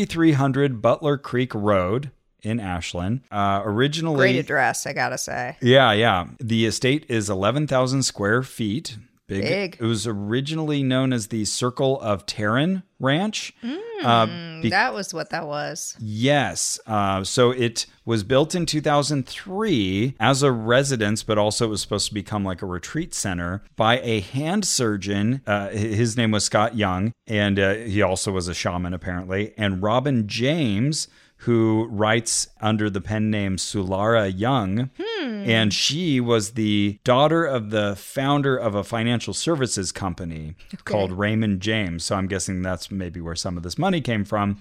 3300 Butler Creek Road in Ashland. Uh, originally, Great address, I gotta say. yeah, yeah. The estate is 11,000 square feet. Big. Big. It was originally known as the Circle of Terran Ranch. uh, be- That was what that was. Yes. Uh, so it was built in 2003 as a residence, but also it was supposed to become like a retreat center by a hand surgeon. Uh, h- his name was Scott Young, and uh, he also was a shaman, apparently, and Robin James. Who writes under the pen name Sulara Young? And she was the daughter of the founder of a financial services company called Raymond James. So I'm guessing that's maybe where some of this money came from.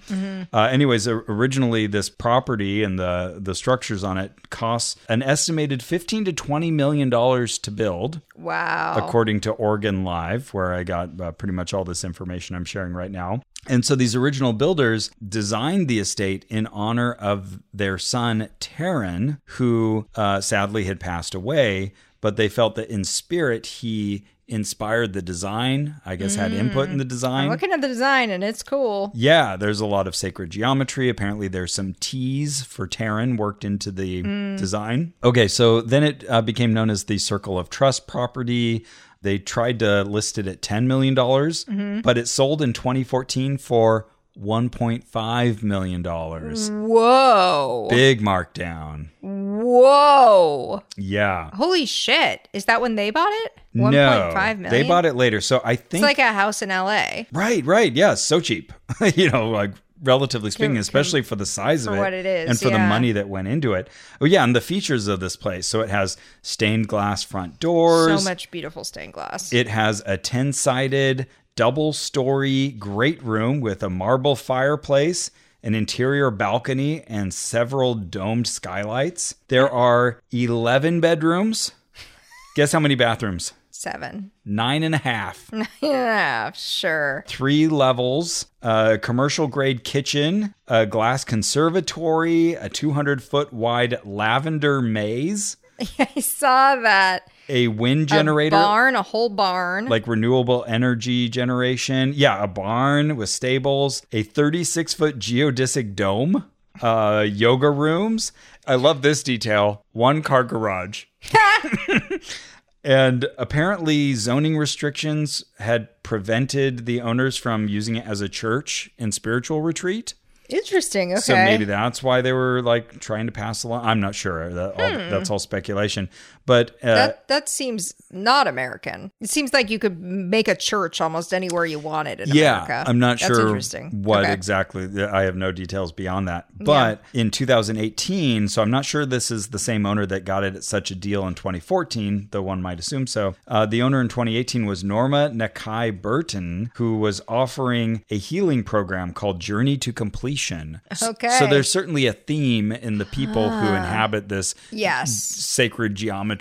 Uh, anyways, o- originally this property and the the structures on it costs an estimated 15 to 20 million dollars to build Wow. according to Oregon Live, where I got uh, pretty much all this information I'm sharing right now. And so these original builders designed the estate in honor of their son, Taryn, who uh, sadly had passed away, but they felt that in spirit, he inspired the design, I guess had input in the design. I'm looking at the design and it's cool. Yeah, there's a lot of sacred geometry. Apparently, there's some T's for Terran worked into the Mm. design. Okay, so then it uh, became known as the Circle of Trust property. They tried to list it at $10 million, Mm-hmm. but it sold in 2014 for $1.5 million. Mm. Whoa. Big markdown. Whoa. Yeah. Holy shit. Is that when they bought it? no, 1.5 million. they bought it later. So I think It's like a house in LA Right, right. Yeah, so cheap. you know, like relatively speaking, Can- especially for the size for of it, what it is, and for the yeah. money that went into it. Oh yeah, and the features of this place. So it has stained glass front doors. so much beautiful stained glass. It has a 10 sided, double story great room with a marble fireplace, an interior balcony, and several domed skylights. There are 11 bedrooms. Guess how many bathrooms? Seven. Nine and a half Yeah, sure. three levels, a commercial grade kitchen, a glass conservatory, a 200 foot wide lavender maze, I saw that. a wind A generator. barn, a whole barn. Like renewable energy generation. Yeah, a barn with stables, a 36 foot geodesic dome, uh, yoga rooms. I love this detail one car garage. And apparently, zoning restrictions had prevented the owners from using it as a church and spiritual retreat. Interesting. Okay. So maybe that's why they were like trying to pass along. I'm not sure. That all, That's all speculation. But Hmm. uh, that that seems not American. It seems like you could make a church almost anywhere you wanted in yeah, America. I'm not That's sure interesting. what Okay. exactly. I have no details beyond that. But in 2018, so I'm not sure this is the same owner that got it at such a deal in 2014, though one might assume so. Uh, the owner in 2018 was Norma Nakai Burton, who was offering a healing program called Journey to Completion. S- So Okay. Ah. there's certainly a theme in the people who inhabit this Yes. sacred geometry.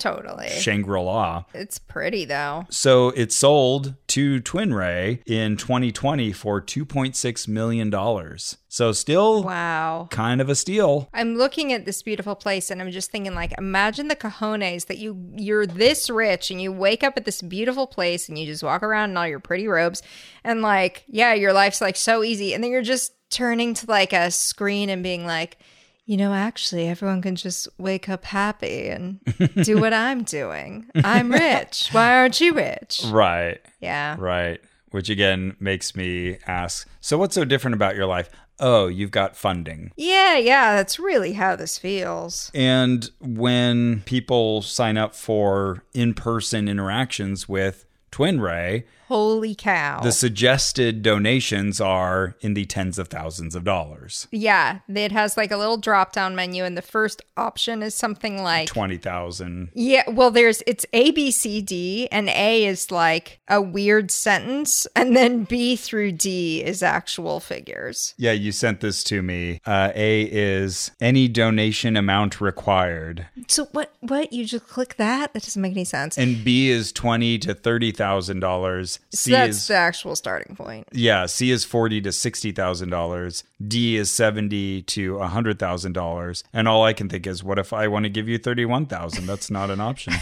Totally. Shangri La. It's pretty though. So it sold to Twin Ray in 2020 for 2.6 million dollars. So still Wow. kind of a steal. I'm looking at this beautiful place and I'm just thinking like imagine the cojones that you you're this rich and you wake up at this beautiful place and you just walk around in all your pretty robes and like yeah your life's like so easy and then you're just turning to like a screen and being like you know actually everyone can just wake up happy and do what I'm doing. I'm rich. Why aren't you rich? Right, Yeah. right. Which again makes me ask, so what's so different about your life? Oh, you've got funding. Yeah, yeah, that's really how this feels. And when people sign up for in-person interactions with Twin Ray, Holy cow. the suggested donations are in the tens of thousands of dollars. Yeah, it has like a little drop down menu, and the first option is something like 20,000. Yeah, well, there's it's A, B, C, D, and A is like a weird sentence, and then B through D is actual figures. Yeah, you sent this to me. Uh, A is any donation amount required, So what? What you just click that? That doesn't make any sense. and B is twenty to thirty thousand dollars. so C that's is the actual starting point. yeah, C is forty to sixty thousand dollars. D is seventy to hundred thousand dollars. And all I can think is, what if I want to give you thirty-one thousand? That's not an option.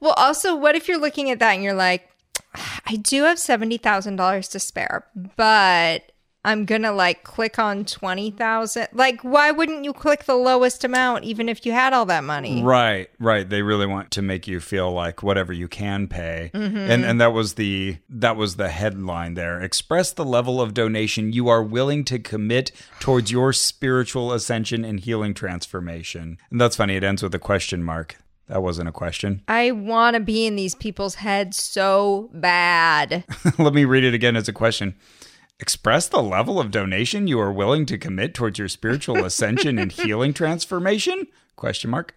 Well, also, what if you're looking at that and you're like, I do have seventy thousand dollars to spare, but I'm gonna like click on twenty thousand. Like, why wouldn't you click the lowest amount, even if you had all that money? Right, right. They really want to make you feel like whatever you can pay, and and that was the that was the headline there. Express the level of donation you are willing to commit towards your spiritual ascension and healing transformation. And that's funny. It ends with a question mark. That wasn't a question. I want to be in these people's heads so bad. Let me read it again as a question. Express the level of donation you are willing to commit towards your spiritual ascension and healing transformation? Question mark.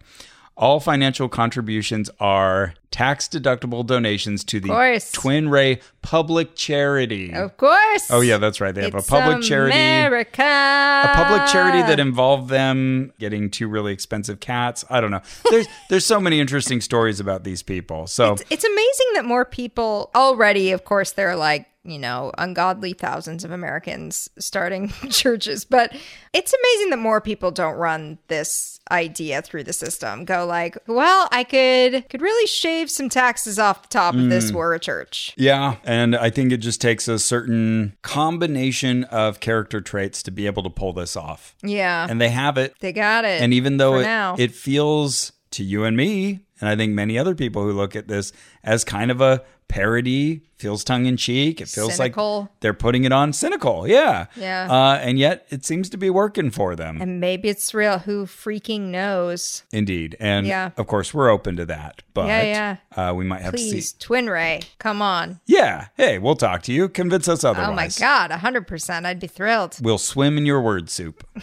All financial contributions are tax deductible donations to the course. Twin Ray Public Charity. Of course. Oh yeah, that's right. They have a It's public charity. America. A public charity that involved them getting two really expensive cats. I don't know. There's there's so many interesting stories about these people. So It's amazing that more people already, of course, there are like, you know, ungodly thousands of Americans starting churches, but it's amazing that more people don't run this idea through the system. Go like, well, I could could really shave some taxes off the top if Mm. this were a church. Yeah. And I think it just takes a certain combination of character traits to be able to pull this off. Yeah. And they have it. they got it. And even though for it, now. it feels to you and me, and I think many other people who look at this as kind of a parody, feels tongue in cheek. It feels Cynical. like they're putting it on cynical. Yeah. Yeah. Uh, and yet it seems to be working for them. and maybe it's real. Who freaking knows? Indeed. And Yeah. of course, we're open to that. But Yeah, Uh, we might have to Please, see. Twin Ray, come on. Yeah. Hey, we'll talk to you. Convince us otherwise. Oh my God, 100%. I'd be thrilled. We'll swim in your word soup.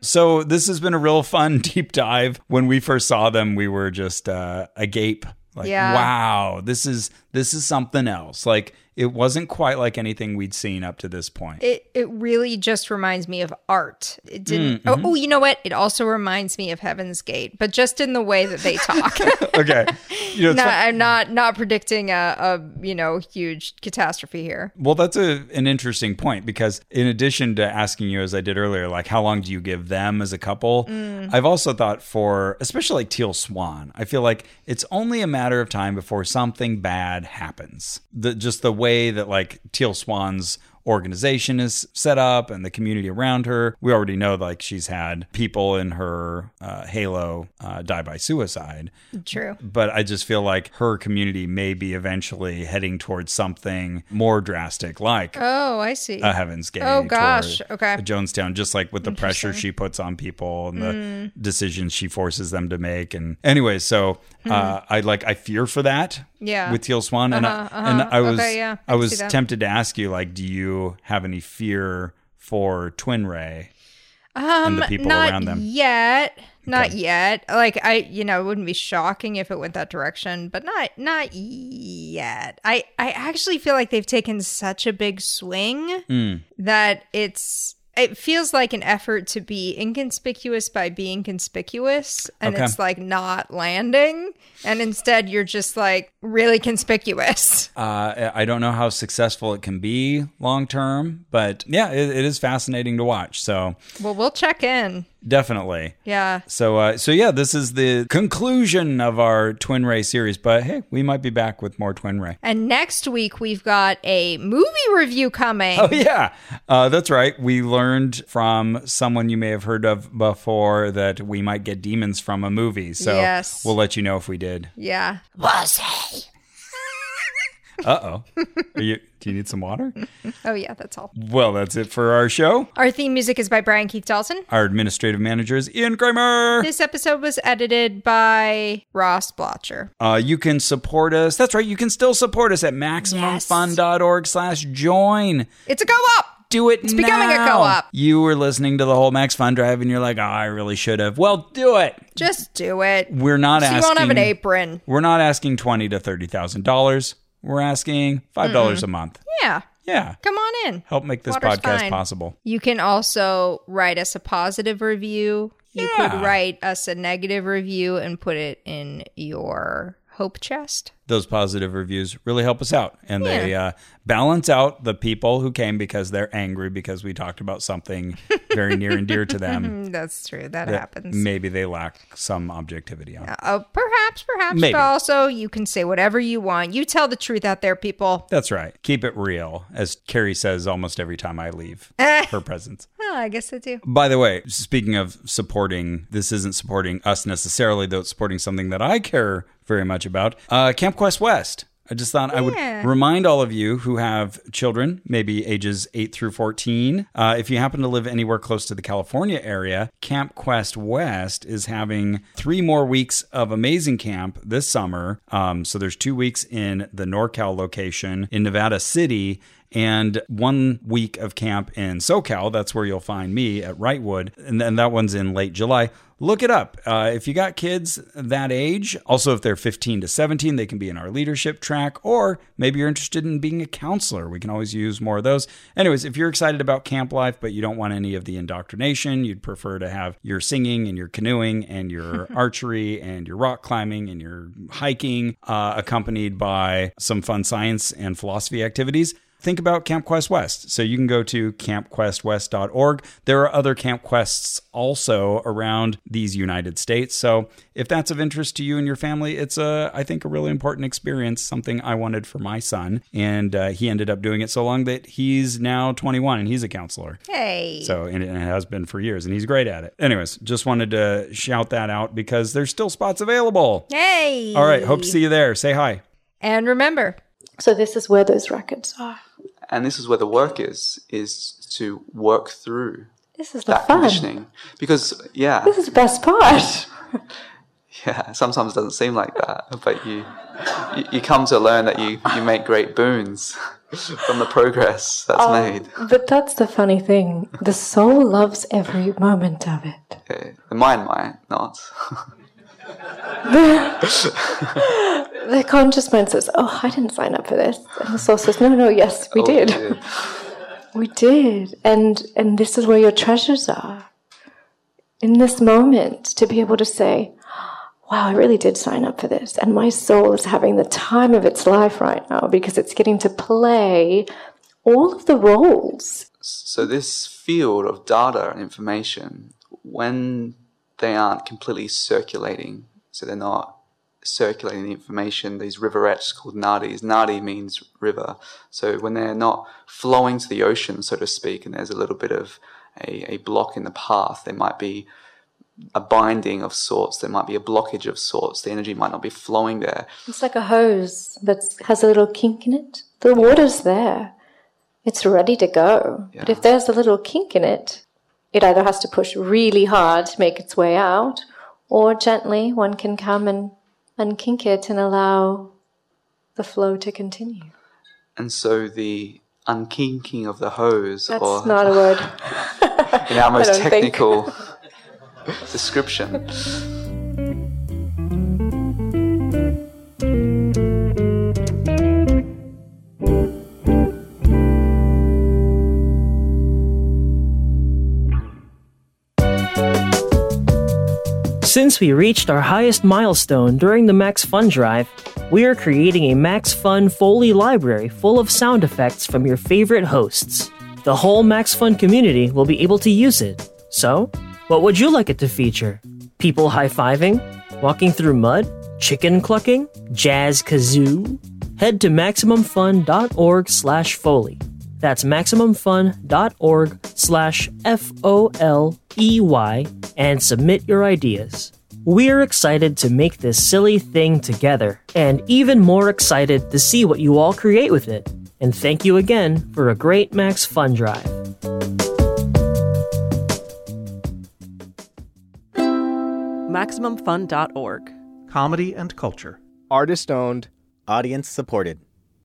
so this has been a real fun deep dive. When we first saw them, we were just uh, agape. Like, Yeah. wow, this is this is something else. Like it wasn't quite like anything we'd seen up to this point. It it really just reminds me of art. It Mm, didn't. mm-hmm. Oh, oh, you know what? It also reminds me of Heaven's Gate, but just in the way that they talk. okay, you know, it's Not- fun- I'm not not predicting a, a you know huge catastrophe here. well, that's a an interesting point because in addition to asking you as I did earlier, like how long do you give them as a couple, I've also thought for especially like Teal Swan, I feel like it's only a matter of time before something bad happens. The just the way that like Teal Swan's organization is set up and the community around her. We already know like she's had people in her uh, Halo uh, die by suicide, True. but I just feel like her community may be eventually heading towards something more drastic, like Oh, I see. a Heaven's Gate. Oh, gosh. or Okay. a Jonestown, just like with the pressure she puts on people and the Mm. decisions she forces them to make. And anyway, so uh, I like I fear for that. Hmm. Yeah. With Teal Swan, and Uh-huh, I, and uh-huh. I was Okay, yeah, I I, can see was that. tempted to ask you like, do you have any fear for Twin Ray? um, the people not around them. yet. Not Okay. yet. Like I, you know, it wouldn't be shocking if it went that direction, but not not yet. I I actually feel like they've taken such a big swing Mm. that it's it feels like an effort to be inconspicuous by being conspicuous and Okay. it's like not landing and instead you're just like really conspicuous. Uh, I I don't know how successful it can be long term, but yeah, it, it is fascinating to watch. So Well, we'll check in. definitely. Yeah. So, uh, so yeah, this is the conclusion of our Twin Ray series. But hey, we might be back with more Twin Ray. And next week we've got a movie review coming. Oh yeah, uh, that's right. We learned from someone you may have heard of before that we might get demons from a movie. So Yes. we'll let you know if we did. Yeah. Uh oh. you, do you need some water? Oh yeah, that's all. Well, that's it for our show. Our theme music is by Brian Keith Dalton. Our administrative manager is Ian Kramer. This episode was edited by Ross Blotcher. Uh, you can support us. That's right. You can still support us at maximumfun.org slash join. It's a co-op. do it it's becoming a co-op. You were listening to the whole Max Fun Drive and you're like, oh, I really should have. Well, do it. Just do it. We're not So asking you won't have an apron. We're not asking twenty to thirty thousand dollars. We're asking five dollars a month. Yeah. Yeah. Come on in. Help make this Water's podcast fine. possible. You can also write us a positive review. You could Yeah. write us a negative review and put it in your hope chest. Those positive reviews really help us out. And they uh, balance out the people who came because they're angry because we talked about something very near and dear to them. Mm, That's true. That, that happens. Maybe they lack some objectivity on. Oh, perhaps, perhaps. Maybe. But also, you can say whatever you want. You tell the truth out there, people. That's right. Keep it real, as Carrie says almost every time I leave her presence. Oh, I guess I do. By the way, speaking of supporting, this isn't supporting us necessarily, though it's supporting something that I care very much about uh, Camp Quest West. I just thought I Yeah. would remind all of you who have children, maybe ages 8 through 14, uh, if you happen to live anywhere close to the California area, Camp Quest West is having three more weeks of amazing camp this summer. Um, so there's two weeks in the NorCal location in Nevada City and one week of camp in SoCal. That's where you'll find me at Wrightwood. And then that one's in late July. Look it up. Uh, if you got kids that age, also if they're 15 to 17, they can be in our leadership track, or maybe you're interested in being a counselor. We can always use more of those. Anyways, if you're excited about camp life, but you don't want any of the indoctrination, you'd prefer to have your singing and your canoeing and your archery and your rock climbing and your hiking uh, accompanied by some fun science and philosophy activities think about Camp Quest West. So you can go to campquestwest.org. There are other Camp Quests also around these United States. So if that's of interest to you and your family, it's a I think a really important experience, something I wanted for my son and uh, he ended up doing it so long that he's now 21 and he's a counselor. Hey. So, and it and it has been for years, and he's great at it. Anyways, just wanted to shout that out because there's still spots available. hey. All right, hope to see you there. Say hi. And remember, So this is where those records Oh. are. And this is where the work is, is to work through This is the that fun. conditioning. Because, yeah, This is the best part. yeah, sometimes it doesn't seem like that, but you, you, you come to learn that you, you make great boons from the progress that's Oh. made. But that's the funny thing. The soul loves every moment of it. Okay. The mind might not. The conscious mind says, Oh, I didn't sign up for this. And the soul says, No, no, yes, we Oh, did. yeah. We did. And and this is where your treasures are. In this moment, to be able to say, Wow, I really did sign up for this. And my soul is having the time of its life right now because it's getting to play all of the roles. So, this field of data and information, when they aren't completely circulating, so they're not circulating the information, these riverets called nadis. Nadi means river. So when they're not flowing to the ocean, so to speak, and there's a little bit of a, a block in the path, there might be a binding of sorts, there might be a blockage of sorts, the energy might not be flowing there. It's like a hose that has a little kink in it. The water's there. It's ready to go. But if there's a little kink in it, it either has to push really hard to make its way out, or gently one can come and unkink it and allow the flow to continue. And so the unkinking of the hose, That's or not a word. in our I most don't think. technical description, Since we reached our highest milestone during the Max Fun Drive, we are creating a Max Fun Foley library full of sound effects from your favorite hosts. The whole Max Fun community will be able to use it. So, what would you like it to feature? People high fiving? Walking through mud? Chicken clucking? Jazz kazoo? Head to MaximumFun.org slash Foley. That's MaximumFun.org slash F O L E Y and submit your ideas. We're excited to make this silly thing together and even more excited to see what you all create with it. And thank you again for a great Max Fun Drive. MaximumFun.org. comedy and culture. Artist owned, audience supported.